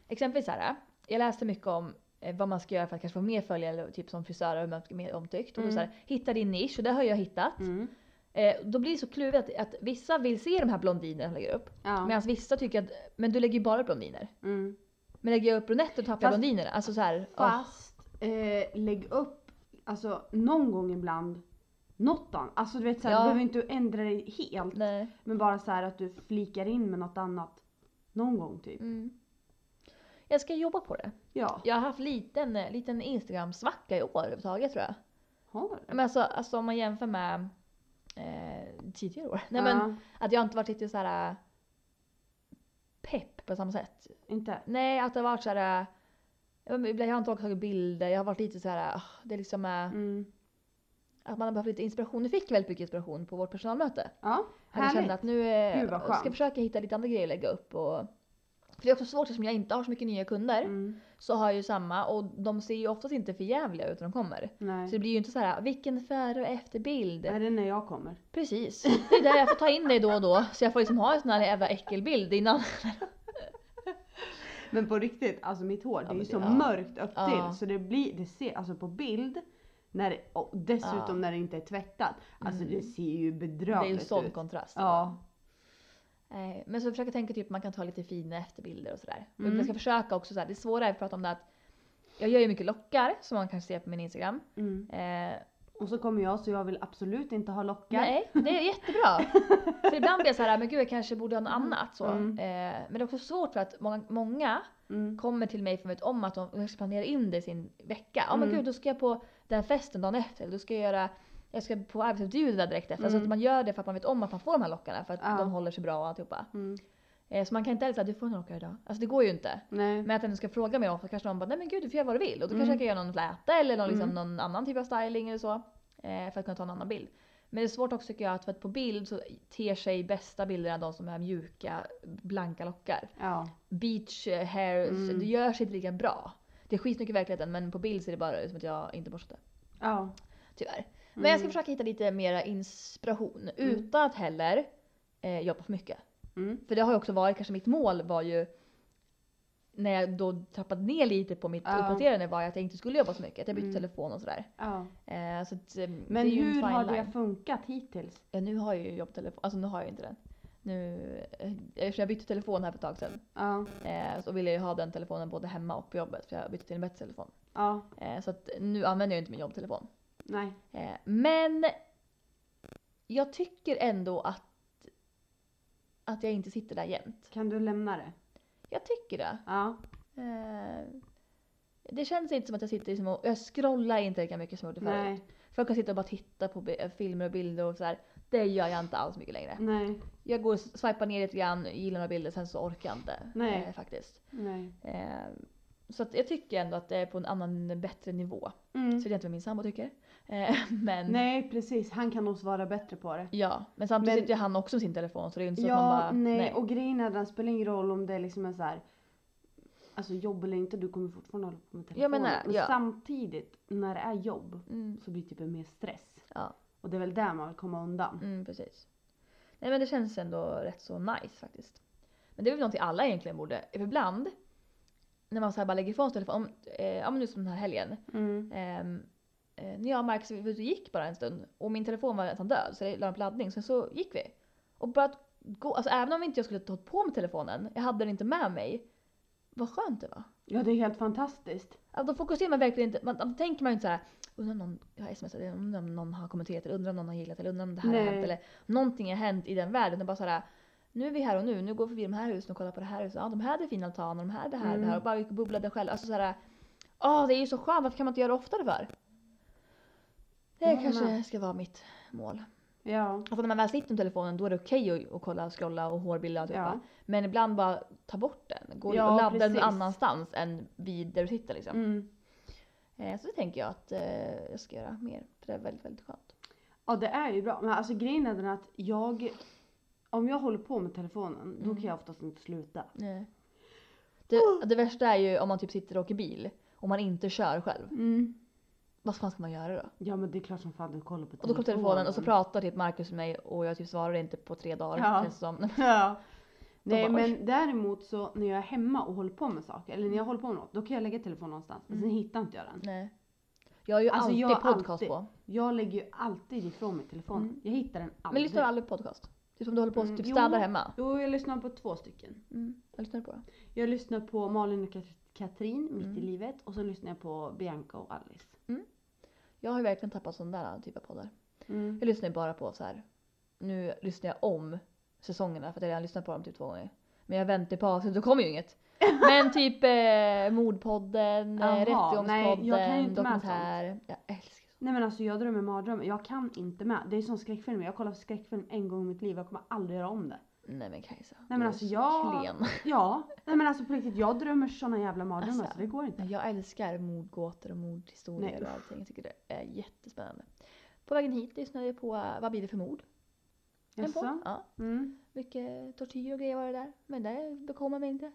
S1: exempelvis så här. jag läste mycket om eh, vad man ska göra för att kanske få mer följare, eller typ som frisör och hur man ska bli mer omtyckt. Och då så här, hitta din nisch, och det har jag hittat.
S2: Mm.
S1: Eh, då blir det så klurigt att, att vissa vill se de här blondinerna jag lägger upp.
S2: Ja.
S1: Medan vissa tycker att men du lägger ju bara upp blondiner.
S2: Mm.
S1: Men lägger jag upp brunetter tappar jag
S2: Fast-
S1: blondinerna. Alltså så här, åh,
S2: Fast eh, lägg upp, alltså någon gång ibland, något annat. Alltså du vet såhär,
S1: Ja.
S2: du behöver inte ändra dig helt.
S1: nej.
S2: Men bara så här att du flikar in med något annat. Någon gång typ.
S1: Mm. Jag ska jobba på det.
S2: Ja.
S1: Jag har haft liten, eh, liten Instagram-svacka i år överhuvudtaget tror jag.
S2: Har du?
S1: Men alltså, alltså om man jämför med eh, tidigare år. Nej men
S2: Ja,
S1: att jag inte varit riktigt så här eh, pepp på samma sätt.
S2: inte?
S1: Nej, att det har varit så här. eh, Jag vet inte, jag har inte orkat ta bilder, jag har varit lite så här. ah, Det är liksom eh,
S2: Mm.
S1: att man har behövt lite inspiration. Nu fick jag väldigt mycket inspiration på vårt personalmöte.
S2: Ja,
S1: Att jag
S2: härligt.
S1: kände att nu eh,
S2: Gud, vad skönt.
S1: ska jag försöka hitta lite andra grejer att lägga upp. Och... För det är också svårt eftersom jag inte har så mycket nya kunder.
S2: Mm.
S1: Så har jag ju samma och de ser ju oftast inte för jävliga ut när de kommer. Så
S2: Nej.
S1: det blir ju inte så här äh, vilken före och efterbild.
S2: Är det när jag kommer?
S1: Precis. Det är där jag får ta in dig då och då. Så jag får liksom ha en sån här jävla äckelbild innan.
S2: Men på riktigt, alltså mitt hår det är
S1: men
S2: ju
S1: det-
S2: så
S1: ja.
S2: mörkt upp till
S1: Ja.
S2: så det blir, det ser, alltså på bild, när det, och dessutom
S1: Ja.
S2: när det inte är tvättat. Alltså
S1: Mm.
S2: det ser ju
S1: Det är ju
S2: bedrövligt
S1: sån
S2: ut.
S1: kontrast.
S2: Ja.
S1: Nej, Men så försöker jag tänka typ man kan ta lite fina efterbilder och sådär.
S2: Mm.
S1: Men jag ska försöka också såhär, det svåra är att prata om det att jag gör ju mycket lockar som man kanske ser på min Instagram.
S2: Mm.
S1: Eh,
S2: Och så kommer jag så jag vill absolut inte ha lockar.
S1: Nej, det är jättebra. för ibland blir jag så här, men gud jag kanske borde ha något annat. Så.
S2: Mm.
S1: Eh, men det är också svårt för att många, många
S2: Mm.
S1: kommer till mig för vet om att de kanske planerar in det i sin vecka. Ja men
S2: Mm.
S1: gud då ska jag på den festen dagen efter. Eller då ska jag göra jag ska på arbetsintervju där direkt efter. Så
S2: Mm.
S1: att man gör det för att man vet om att man får de här lockarna för att
S2: Ja.
S1: de håller sig bra och alltihopa.
S2: Mm.
S1: Eh, så man kan inte heller säga du får en lockar idag. Alltså det går ju inte.
S2: Nej.
S1: Men att den ska fråga mig ofta kanske någon bara nej men gud du får göra vad du vill. Och då kanske
S2: Mm.
S1: jag kan göra någon fläta eller någon, liksom,
S2: Mm.
S1: någon annan typ av styling eller så. Eh, för att kunna ta en annan bild. Men det är svårt också tycker jag att för att på bild så ter sig bästa bilderna de som är mjuka, blanka lockar.
S2: Ja.
S1: Beach eh, hair,
S2: Mm.
S1: det gör sig inte lika bra. Det är skitsnyggt i verkligheten men på bild ser det bara ut som att jag inte borstat det.
S2: Ja.
S1: Tyvärr. Men
S2: Mm.
S1: jag ska försöka hitta lite mera inspiration utan att heller eh, jobba för mycket.
S2: Mm.
S1: För det har ju också varit, kanske mitt mål var ju när jag då trappade ner lite på mitt
S2: Ja.
S1: uppdaterande var ju att jag inte skulle jobba så mycket. Att jag bytte
S2: Mm.
S1: telefon och sådär.
S2: ja.
S1: Eh, så att, eh, det är
S2: Men
S1: ju en
S2: hur
S1: fine
S2: har det
S1: line.
S2: funkat hittills?
S1: Ja, nu har jag ju jobbtelefon, alltså nu har jag ju inte den. Nu, eh, eftersom jag bytte telefon här för ett tag sedan
S2: Ja.
S1: eh, så ville jag ju ha den telefonen både hemma och på jobbet för jag bytte till en bättre telefon.
S2: Ja.
S1: Eh, så att nu använder jag ju inte min jobbtelefon.
S2: Nej.
S1: Eh, men jag tycker ändå att, att jag inte sitter där jämt.
S2: Kan du lämna det?
S1: Jag tycker det.
S2: Ja.
S1: Eh, Det känns inte som att jag sitter liksom och, jag scrollar inte lika mycket som jag gjorde förut.
S2: Nej.
S1: Folk kan sitta och bara titta på bi- filmer och bilder och sådär. Det gör jag inte alls mycket längre.
S2: Nej.
S1: Jag går och swipar ner lite grann, gillar några bilder, sen så orkar jag inte.
S2: Nej.
S1: eh, faktiskt.
S2: Nej.
S1: Eh, så att jag tycker ändå att det är på en annan, bättre nivå.
S2: Mm.
S1: Så det är inte vad min sambo tycker. Eh, men
S2: Nej precis, han kan nog svara bättre på det.
S1: ja, men samtidigt
S2: Men-
S1: sitter ju han också med sin telefon så det är ju inte så
S2: ja,
S1: att man bara...
S2: nej. och grejen är att det spelar ingen roll om det liksom är så här. Alltså jobb eller inte, du kommer fortfarande hålla på med telefonen.
S1: Jag menar, ja.
S2: samtidigt, när det är jobb
S1: Mm,
S2: så blir det typ mer stress.
S1: ja,
S2: Och det är väl där man vill komma undan.
S1: mm, precis. Nej men det känns ändå rätt så nice faktiskt. Men det är väl någonting alla egentligen borde, för ibland när man så här bara lägger ifrån sig telefonen, om- eh, ja men nu som den här helgen.
S2: Mm.
S1: ehm, eh, när jag och Marcus vi var ute och gick bara en stund och min telefon var nästan död så jag la den på laddning, sen så gick vi. Och bara att gå, alltså även om inte jag skulle ha tagit på mig telefonen, jag hade den inte med mig. Vad skönt det var.
S2: Ja, det är helt fantastiskt.
S1: Alltså, då fokuserar man verkligen inte, man, då tänker man ju inte såhär undrar om någon har smsat, eller undrar om någon har kommenterat, eller undrar om någon har gillat, eller undrar om det här har
S2: Nej.
S1: hänt, eller någonting har hänt i den världen. Det är bara såhär, nu är vi här och nu, nu går vi förbi de här husen och kollar på det här huset, ja de här hade fin altan, och de här det här, det
S2: Mm.
S1: här, och bara gick och bubblade själv. Alltså såhär, åh det är ju så skönt, varför kan man inte göra det oftare för? Det
S2: Jag
S1: kanske
S2: med.
S1: ska vara mitt mål.
S2: Ja.
S1: Alltså när man väl sitter med telefonen då är det okej att, att kolla och scrolla och hårbilder och alltihopa.
S2: Ja.
S1: Men ibland bara ta bort den. Gå
S2: Ja,
S1: och ladda den
S2: precis.
S1: någon annanstans än vid där du sitter liksom.
S2: Mm.
S1: Eh, Så det tänker jag att eh, jag ska göra mer. För det är väldigt, väldigt skönt.
S2: Ja det är ju bra. Men alltså grejen är den att jag, om jag håller på med telefonen då
S1: Mm.
S2: kan jag oftast inte sluta.
S1: Nej. Det, det värsta är ju om man typ sitter och åker bil och man inte kör själv. Vad fan ska man göra då?
S2: Mm. Ja men det är klart som fan du kollar på telefonen.
S1: Och då kommer telefonen och så pratar typ Marcus med mig och jag typ svarar inte på tre dagar.
S2: Ja.
S1: känns det som.
S2: Ja. Nej
S1: bara,
S2: men däremot så när jag är hemma och håller på med saker, eller när jag håller på med något, då kan jag lägga telefonen någonstans. Men
S1: Mm.
S2: sen hittar inte jag den.
S1: Nej. Jag har ju
S2: Alltså,
S1: alltid
S2: jag har
S1: podcast
S2: alltid-
S1: på.
S2: Jag lägger ju alltid ifrån mig telefonen.
S1: Mm.
S2: Jag hittar den aldrig.
S1: Men lyssnar du aldrig på podcast? Typ som du håller på
S2: Mm,
S1: att typ
S2: jo.
S1: städa hemma.
S2: Jo jag lyssnar på två stycken.
S1: Mm. Jag lyssnar på det.
S2: Jag lyssnar på Malin och Kat- Katrin, Mitt
S1: Mm.
S2: i livet. Och sen lyssnar jag på Bianca och Alice.
S1: Jag har ju verkligen tappat sån där typ av poddar.
S2: Mm.
S1: Jag lyssnar ju bara på så här. Nu lyssnar jag om säsongerna för att jag har redan lyssnat på dem typ två gånger. Men jag väntar på avsnitt, då kommer ju inget. Men typ eh, Mordpodden, eh,
S2: Jaha, nej,
S1: Rättegångspodden,
S2: jag kan ju inte med
S1: Dokumentär. Jag älskar sånt.
S2: Nej men alltså jag drömmer mardrömmar. Jag kan inte med. Det är som skräckfilmer. Jag kollar på skräckfilm en gång i mitt liv. Jag kommer aldrig göra om det.
S1: Nej men Kajsa,
S2: men
S1: du är
S2: alltså,
S1: så
S2: jag-
S1: klen.
S2: Ja. Nej men alltså på riktigt. Jag drömmer såna jävla mardrömmar
S1: Alltså.
S2: så det går inte.
S1: Nej, Jag älskar mordgåtor och mordhistorier
S2: Nej,
S1: och allting. Jag tycker det är jättespännande. På vägen hit lyssnade jag på eh, Vad blir det för mord? En
S2: Jaså?
S1: podd. Ja,
S2: Mm.
S1: mycket tortyr och grejer var det där. Men det bekommer mig inte.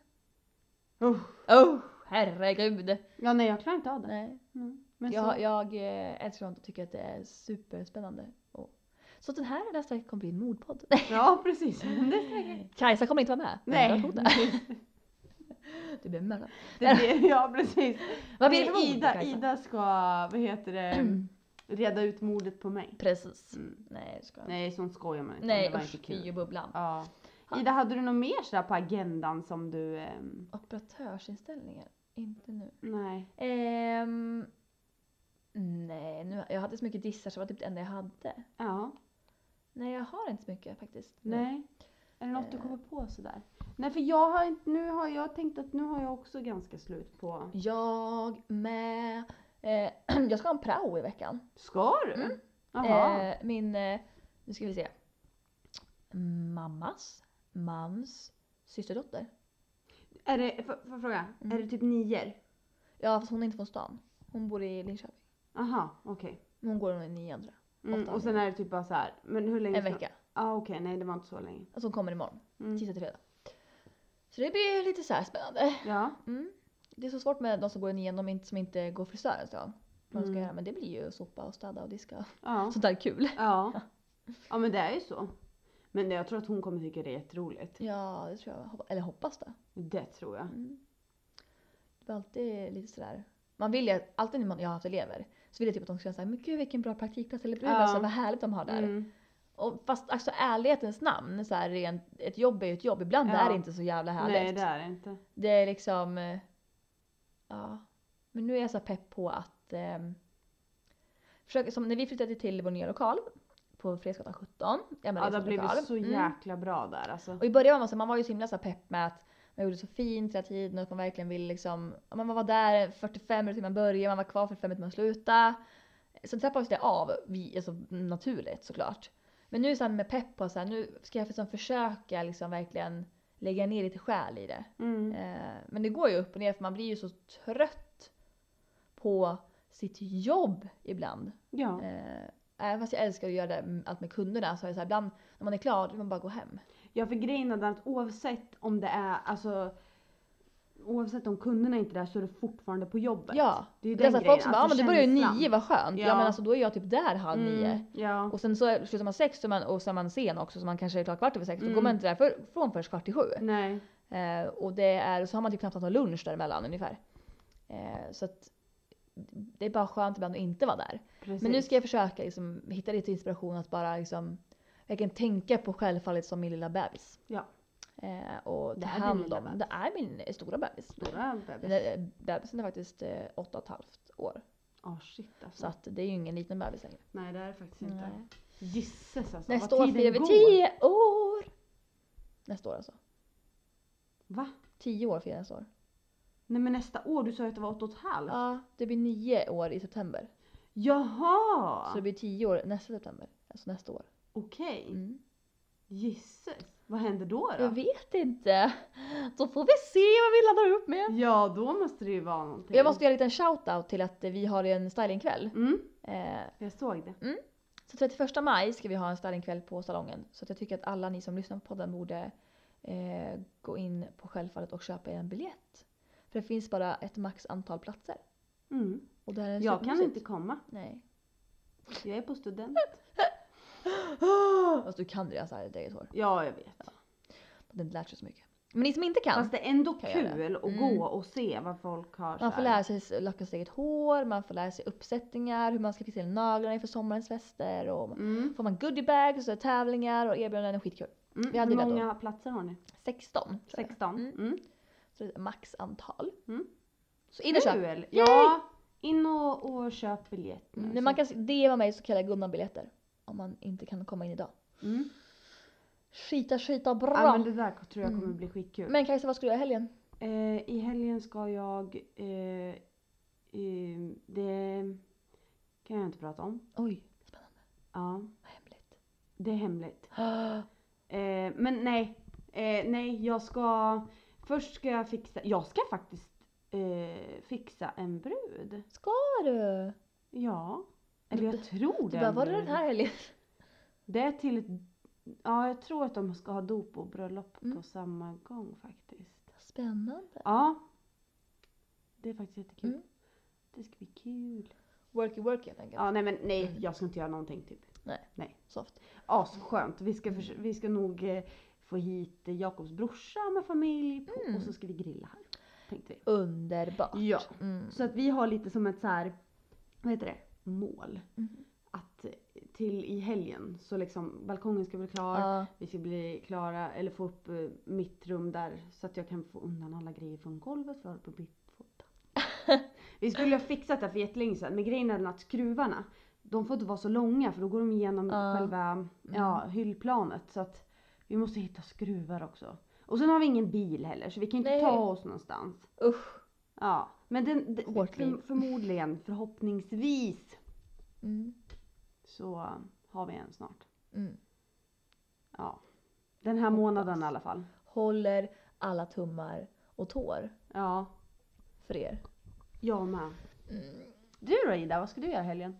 S2: Usch.
S1: Oh, herregud!
S2: Ja nej jag klarar inte av det.
S1: Nej,
S2: Mm. Men
S1: Jag,
S2: så,
S1: jag eh, älskar sånt och tycker att det är superspännande. Och, så att den här nästa vecka kommer bli en mordpodd.
S2: ja precis. Men det ska jag-
S1: Kajsa kommer inte vara med. men jag tror det. Du blir mördad.
S2: det blir, ja precis.
S1: Vad blir det för mord
S2: Ida,
S1: Kajsa? Mm.
S2: Ida ska, vad heter det, reda ut mordet på mig.
S1: Precis.
S2: Mm.
S1: Nej, det ska jag inte.
S2: Nej sånt skojar man inte om.
S1: Nej
S2: Det var
S1: usch,
S2: inte
S1: fy
S2: kul.
S1: och bubblan.
S2: Ja. Ida hade du något mer sådär på agendan som du, ehm,
S1: Operatörsinställningar. Inte nu.
S2: nej.
S1: Ehm, nej, nu, jag hade så mycket dissar så det var typ det enda jag hade.
S2: Ja.
S1: Nej, jag har inte så mycket faktiskt.
S2: Nej. Är det något du
S1: Eh.
S2: kommer på sådär? Nej för jag har inte, nu har jag tänkt att nu har jag också ganska slut på.
S1: Jag med. Eh, jag ska ha en prao i veckan.
S2: Ska du?
S1: Mm.
S2: Jaha.
S1: Eh, min, eh, nu ska vi se. Mammas mans systerdotter.
S2: Är det, får får jag fråga?
S1: Mm.
S2: Är det typ nior?
S1: Ja fast hon är inte från stan. Hon bor i Linköping.
S2: Aha, okej.
S1: Men hon går nog i nian tror
S2: Mm.
S1: Åtta,
S2: Och sen
S1: nio.
S2: är det typ bara så här. men hur
S1: jag.
S2: länge
S1: En
S2: ska-
S1: vecka.
S2: Ja ah, okej, nej det var inte så länge.
S1: Alltså hon kommer imorgon.
S2: Mm.
S1: Tisdag till fredag. Så det blir lite så här spännande.
S2: Ja.
S1: Mm. Det är så svårt med de som går i nian, de inte- som inte går frisören så. Vad de ska
S2: Mm.
S1: göra. Men det blir ju sopa och städa och diska.
S2: Ja.
S1: Sånt där kul.
S2: Ja. Ja men det är ju så. Men jag tror att hon kommer tycka det är jätteroligt.
S1: Ja det tror jag. Hoppa- Eller hoppas det.
S2: Det tror jag.
S1: Mm. Det var alltid lite sådär. Man vill ju, alltid när man, jag har haft elever så vill jag typ att de ska säga såhär, men gud vilken bra praktikplats eller bra,
S2: Ja.
S1: alltså, vad härligt de har där.
S2: Mm.
S1: Och fast alltså ärlighetens namn, så här, rent, ett jobb är ju ett jobb. Ibland
S2: Ja.
S1: är det inte så jävla härligt.
S2: Nej det är det inte.
S1: Det är liksom, eh, ja. Men nu är jag så här pepp på att ehm, försöka, som när vi flyttade till vår nya lokal på Fredsgatan 17. Ja, men
S2: Ja det
S1: är
S2: har
S1: en
S2: blivit
S1: lokal.
S2: så
S1: Mm.
S2: jäkla bra där alltså.
S1: Och i början var man, så, man var ju så himla så här pepp med att man gjorde så fint hela tiden och att man verkligen ville liksom, ja, man var där 45 minuter innan man började, man var kvar 45 minuter innan man slutade. Sen trappades det av vi, alltså, naturligt såklart. Men nu så här med pepp på så här, nu ska jag liksom försöka liksom verkligen lägga ner lite själ i det.
S2: Mm.
S1: Eh, men det går ju upp och ner för man blir ju så trött på sitt jobb ibland.
S2: Ja.
S1: Eh, även fast jag älskar att göra det, allt med kunderna så är det så här, ibland när man är klar då vill man bara gå hem.
S2: Ja för grejen är den att oavsett om det är, alltså oavsett om kunderna är inte är där så är du fortfarande på jobbet.
S1: Ja.
S2: det är ju
S1: Det är
S2: den
S1: så här,
S2: grejen.
S1: folk
S2: Alltså,
S1: som bara, ja men du börjar ju
S2: känslan.
S1: nio, vad skönt. Ja.
S2: Ja.
S1: men alltså då är jag typ där halv nio.
S2: Mm, ja.
S1: Och sen så slutar man sex så man, och så är man sen också så man kanske är klar kvart över sex. Då
S2: Mm.
S1: går man inte därifrån förrän kvart i sju.
S2: Nej.
S1: Eh, och det är, så har man typ knappt haft någon lunch däremellan ungefär. Eh, så att det är bara skönt ibland att inte vara där.
S2: Precis.
S1: Men nu ska jag försöka liksom, hitta lite inspiration att bara liksom Jag kan tänka på självfallet som min lilla bebis.
S2: Ja.
S1: Eh, och
S2: Det
S1: ta
S2: är din
S1: hand
S2: lilla
S1: om.
S2: bebis.
S1: Det är min eh, stora bebis.
S2: Stora
S1: Den
S2: bebis.
S1: är, bebisen är faktiskt eh, åtta och ett halvt år.
S2: Ja shit alltså.
S1: Så att det är ju ingen liten bebis längre.
S2: Nej det är det faktiskt inte.
S1: Nej.
S2: Gisses alltså.
S1: Nästa
S2: vad
S1: år
S2: tiden
S1: firar vi
S2: går.
S1: tio år! Nästa år alltså.
S2: Va?
S1: Tio år firar jag nästa år.
S2: Nej men nästa år, du sa ju att det var åtta och ett halvt.
S1: Ja, det blir nio år i september.
S2: Jaha!
S1: Så det blir tio år nästa september. Alltså nästa år.
S2: Okej.
S1: Mm.
S2: Gisses. Vad händer då då?
S1: Jag vet inte. Då får vi se vad vi laddar upp med.
S2: Ja då måste det ju vara någonting.
S1: Jag måste göra en liten shout-out till att eh, vi har en stylingkväll.
S2: Mm,
S1: Eh,
S2: jag såg det.
S1: Så 31 maj ska vi ha en stylingkväll på salongen. Så att jag tycker att alla ni som lyssnar på podden borde eh, gå in på Självfallet och köpa er en biljett. För det finns bara ett max antal platser.
S2: Mm.
S1: Och det här är
S2: Jag kan
S1: supermysigt.
S2: inte komma.
S1: Nej.
S2: Jag är på student.
S1: Fast du kan det, alltså, det är ditt eget hår.
S2: Ja jag vet.
S1: Du har inte lärt sig så mycket. Men ni som inte kan.
S2: Fast det är ändå
S1: Kan jag göra.
S2: kul att
S1: Mm.
S2: gå och se vad folk har
S1: man
S2: så
S1: får
S2: här.
S1: lära sig lacka sitt eget hår, man får lära sig uppsättningar, hur man ska fixa till naglarna inför sommarens fester. Och
S2: Mm.
S1: får man goodiebags och så är det tävlingar och erbjudanden. och Skitkul.
S2: Mm.
S1: Vi hade ju
S2: Hur
S1: det då.
S2: många platser har ni?
S1: 16. tror jag.
S2: 16?
S1: Mm.
S2: Mm.
S1: Så det är max antal.
S2: Mm.
S1: Så in och köp.
S2: Kul! Ja, in och, och köp biljett nu.
S1: Men man kan DMa mig så kallar jag Gunnar-biljetter. Om man inte kan komma in idag.
S2: Mm.
S1: Skita, skita bra.
S2: Ja, men
S1: men,
S2: det där tror jag kommer
S1: Mm.
S2: bli skitkul.
S1: Kajsa, vad ska du göra i helgen?
S2: Eh, I helgen ska jag... Eh, eh, det kan jag inte prata om.
S1: Oj, spännande.
S2: Ja,
S1: Vad hemligt.
S2: det är hemligt. Eh, men nej. Eh, nej, jag ska... Först ska jag fixa... Jag ska faktiskt eh, fixa en brud.
S1: Ska du?
S2: Ja. Eller jag tror
S1: Du
S2: det. är
S1: bara,
S2: en
S1: var det
S2: brud.
S1: den här helgen?
S2: Det är till ett... Ja, jag tror att de ska ha dop och bröllop
S1: Mm.
S2: på samma gång faktiskt.
S1: Spännande.
S2: Ja. Det är faktiskt jättekul.
S1: Mm.
S2: Det ska bli kul.
S1: Worky worky helt enkelt.
S2: Ja, nej men nej,
S1: Mm.
S2: jag ska inte göra någonting typ.
S1: Soft.
S2: Asskönt. Vi ska, förs- vi ska nog eh, få hit eh, Jakobs brorsa med familj på,
S1: Mm.
S2: och så ska vi grilla här. Tänkte vi.
S1: Underbart.
S2: Ja.
S1: Mm.
S2: Så att vi har lite som ett så här, vad heter det, mål.
S1: Mhm.
S2: Att eh, till i helgen så liksom balkongen ska bli klar.
S1: Ja.
S2: Vi ska bli klara, eller få upp eh, mitt rum där så att jag kan få undan alla grejer från golvet för att på mitt fot. Vi skulle ju ha fixat det för jättelänge sedan men grejen är den att skruvarna, de får inte vara så långa för då går de igenom
S1: Ja. Mm.
S2: själva ja, hyllplanet. Så att vi måste hitta skruvar också. Och sen har vi ingen bil heller så vi kan inte
S1: Nej.
S2: ta oss någonstans.
S1: Usch.
S2: Ja, men den, den,
S1: Hårt liv.
S2: för, förmodligen, förhoppningsvis
S1: Mm.
S2: så har vi en snart.
S1: Mm.
S2: Ja. Den här månaden i alla fall.
S1: Håller alla tummar och tår
S2: Ja,
S1: för er.
S2: jag med.
S1: Mm.
S2: Du då Ida, vad ska du göra i helgen?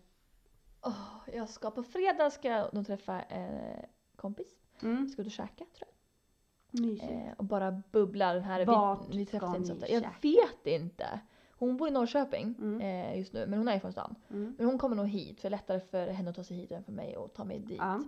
S1: Åh, jag ska på fredag ska jag nog träffa eh, kompis.
S2: Mm.
S1: Vi ska ut och käka tror jag.
S2: Mysigt.
S1: Eh, och bara bubblar. Den här,
S2: Vart
S1: vi, vi träffas
S2: ska
S1: inte så
S2: ni
S1: ofta. Jag
S2: käka?
S1: vet inte. Hon bor i Norrköping
S2: Mm.
S1: eh, just nu, men hon är ju från stan.
S2: Mm.
S1: Men hon kommer nog hit, för det är lättare för henne att ta sig hit än för mig att ta mig dit.
S2: Ja.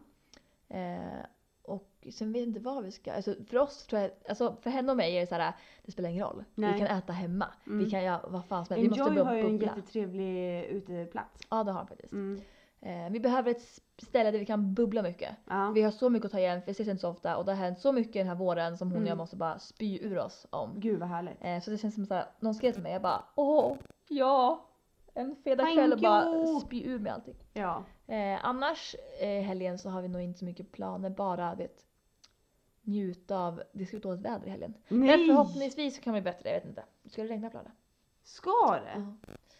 S1: Eh, och sen vet jag inte vad vi ska... Alltså för oss tror jag... Alltså för henne och mig är det så här, det spelar ingen roll.
S2: Nej.
S1: Vi kan äta hemma.
S2: Mm.
S1: Vi kan göra vad fan som helst. Vi måste
S2: Enjoy har
S1: bara
S2: ju en
S1: bubbla.
S2: jättetrevlig uteplats.
S1: Ja det har hon faktiskt.
S2: Mm.
S1: Eh, vi behöver ett ställe där vi kan bubbla mycket.
S2: Ja.
S1: Vi har så mycket att ta igen, för vi ses inte så ofta och det har hänt så mycket den här våren som hon och jag
S2: Mm.
S1: måste bara spy ur oss om.
S2: Gud vad härligt.
S1: Eh, så det känns som att någon skrev till mig jag bara åh, ja. En
S2: Thank
S1: fredagkväll och bara
S2: you.
S1: spy ur med allting.
S2: Ja.
S1: Eh, annars eh, helgen så har vi nog inte så mycket planer, bara vet, njuta av det ska bli dåligt väder i helgen. Men förhoppningsvis så kan det bli bättre, jag vet inte. Ska det regna på lördag?
S2: Ska det?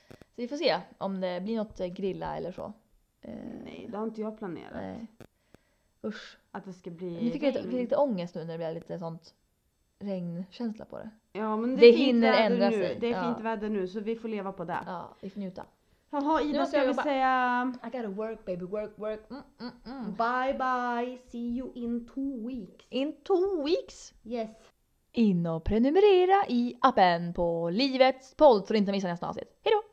S1: Så vi får se om det blir något eh, grilla eller så. Eh,
S2: Nej, det har inte jag planerat.
S1: nej. Usch.
S2: Att det ska bli
S1: Nu fick jag lite,
S2: regn.
S1: fick lite ångest nu när det blev lite sånt regnkänsla på det.
S2: Ja men det,
S1: Det
S2: är fint
S1: hinner
S2: väder
S1: ändra
S2: nu.
S1: sig.
S2: Det är
S1: Ja.
S2: fint väder nu så vi får leva på det.
S1: Ja, vi får njuta.
S2: Jaha
S1: Nu
S2: Ida,
S1: måste
S2: ska
S1: jag
S2: vi
S1: jobba.
S2: säga
S1: I gotta work baby, work, work. Mm, mm, mm.
S2: Bye bye, see you in two weeks.
S1: In two weeks!
S2: Yes.
S1: In och prenumerera i appen på Livets podd så du inte missar nästa avsnitt. Hejdå!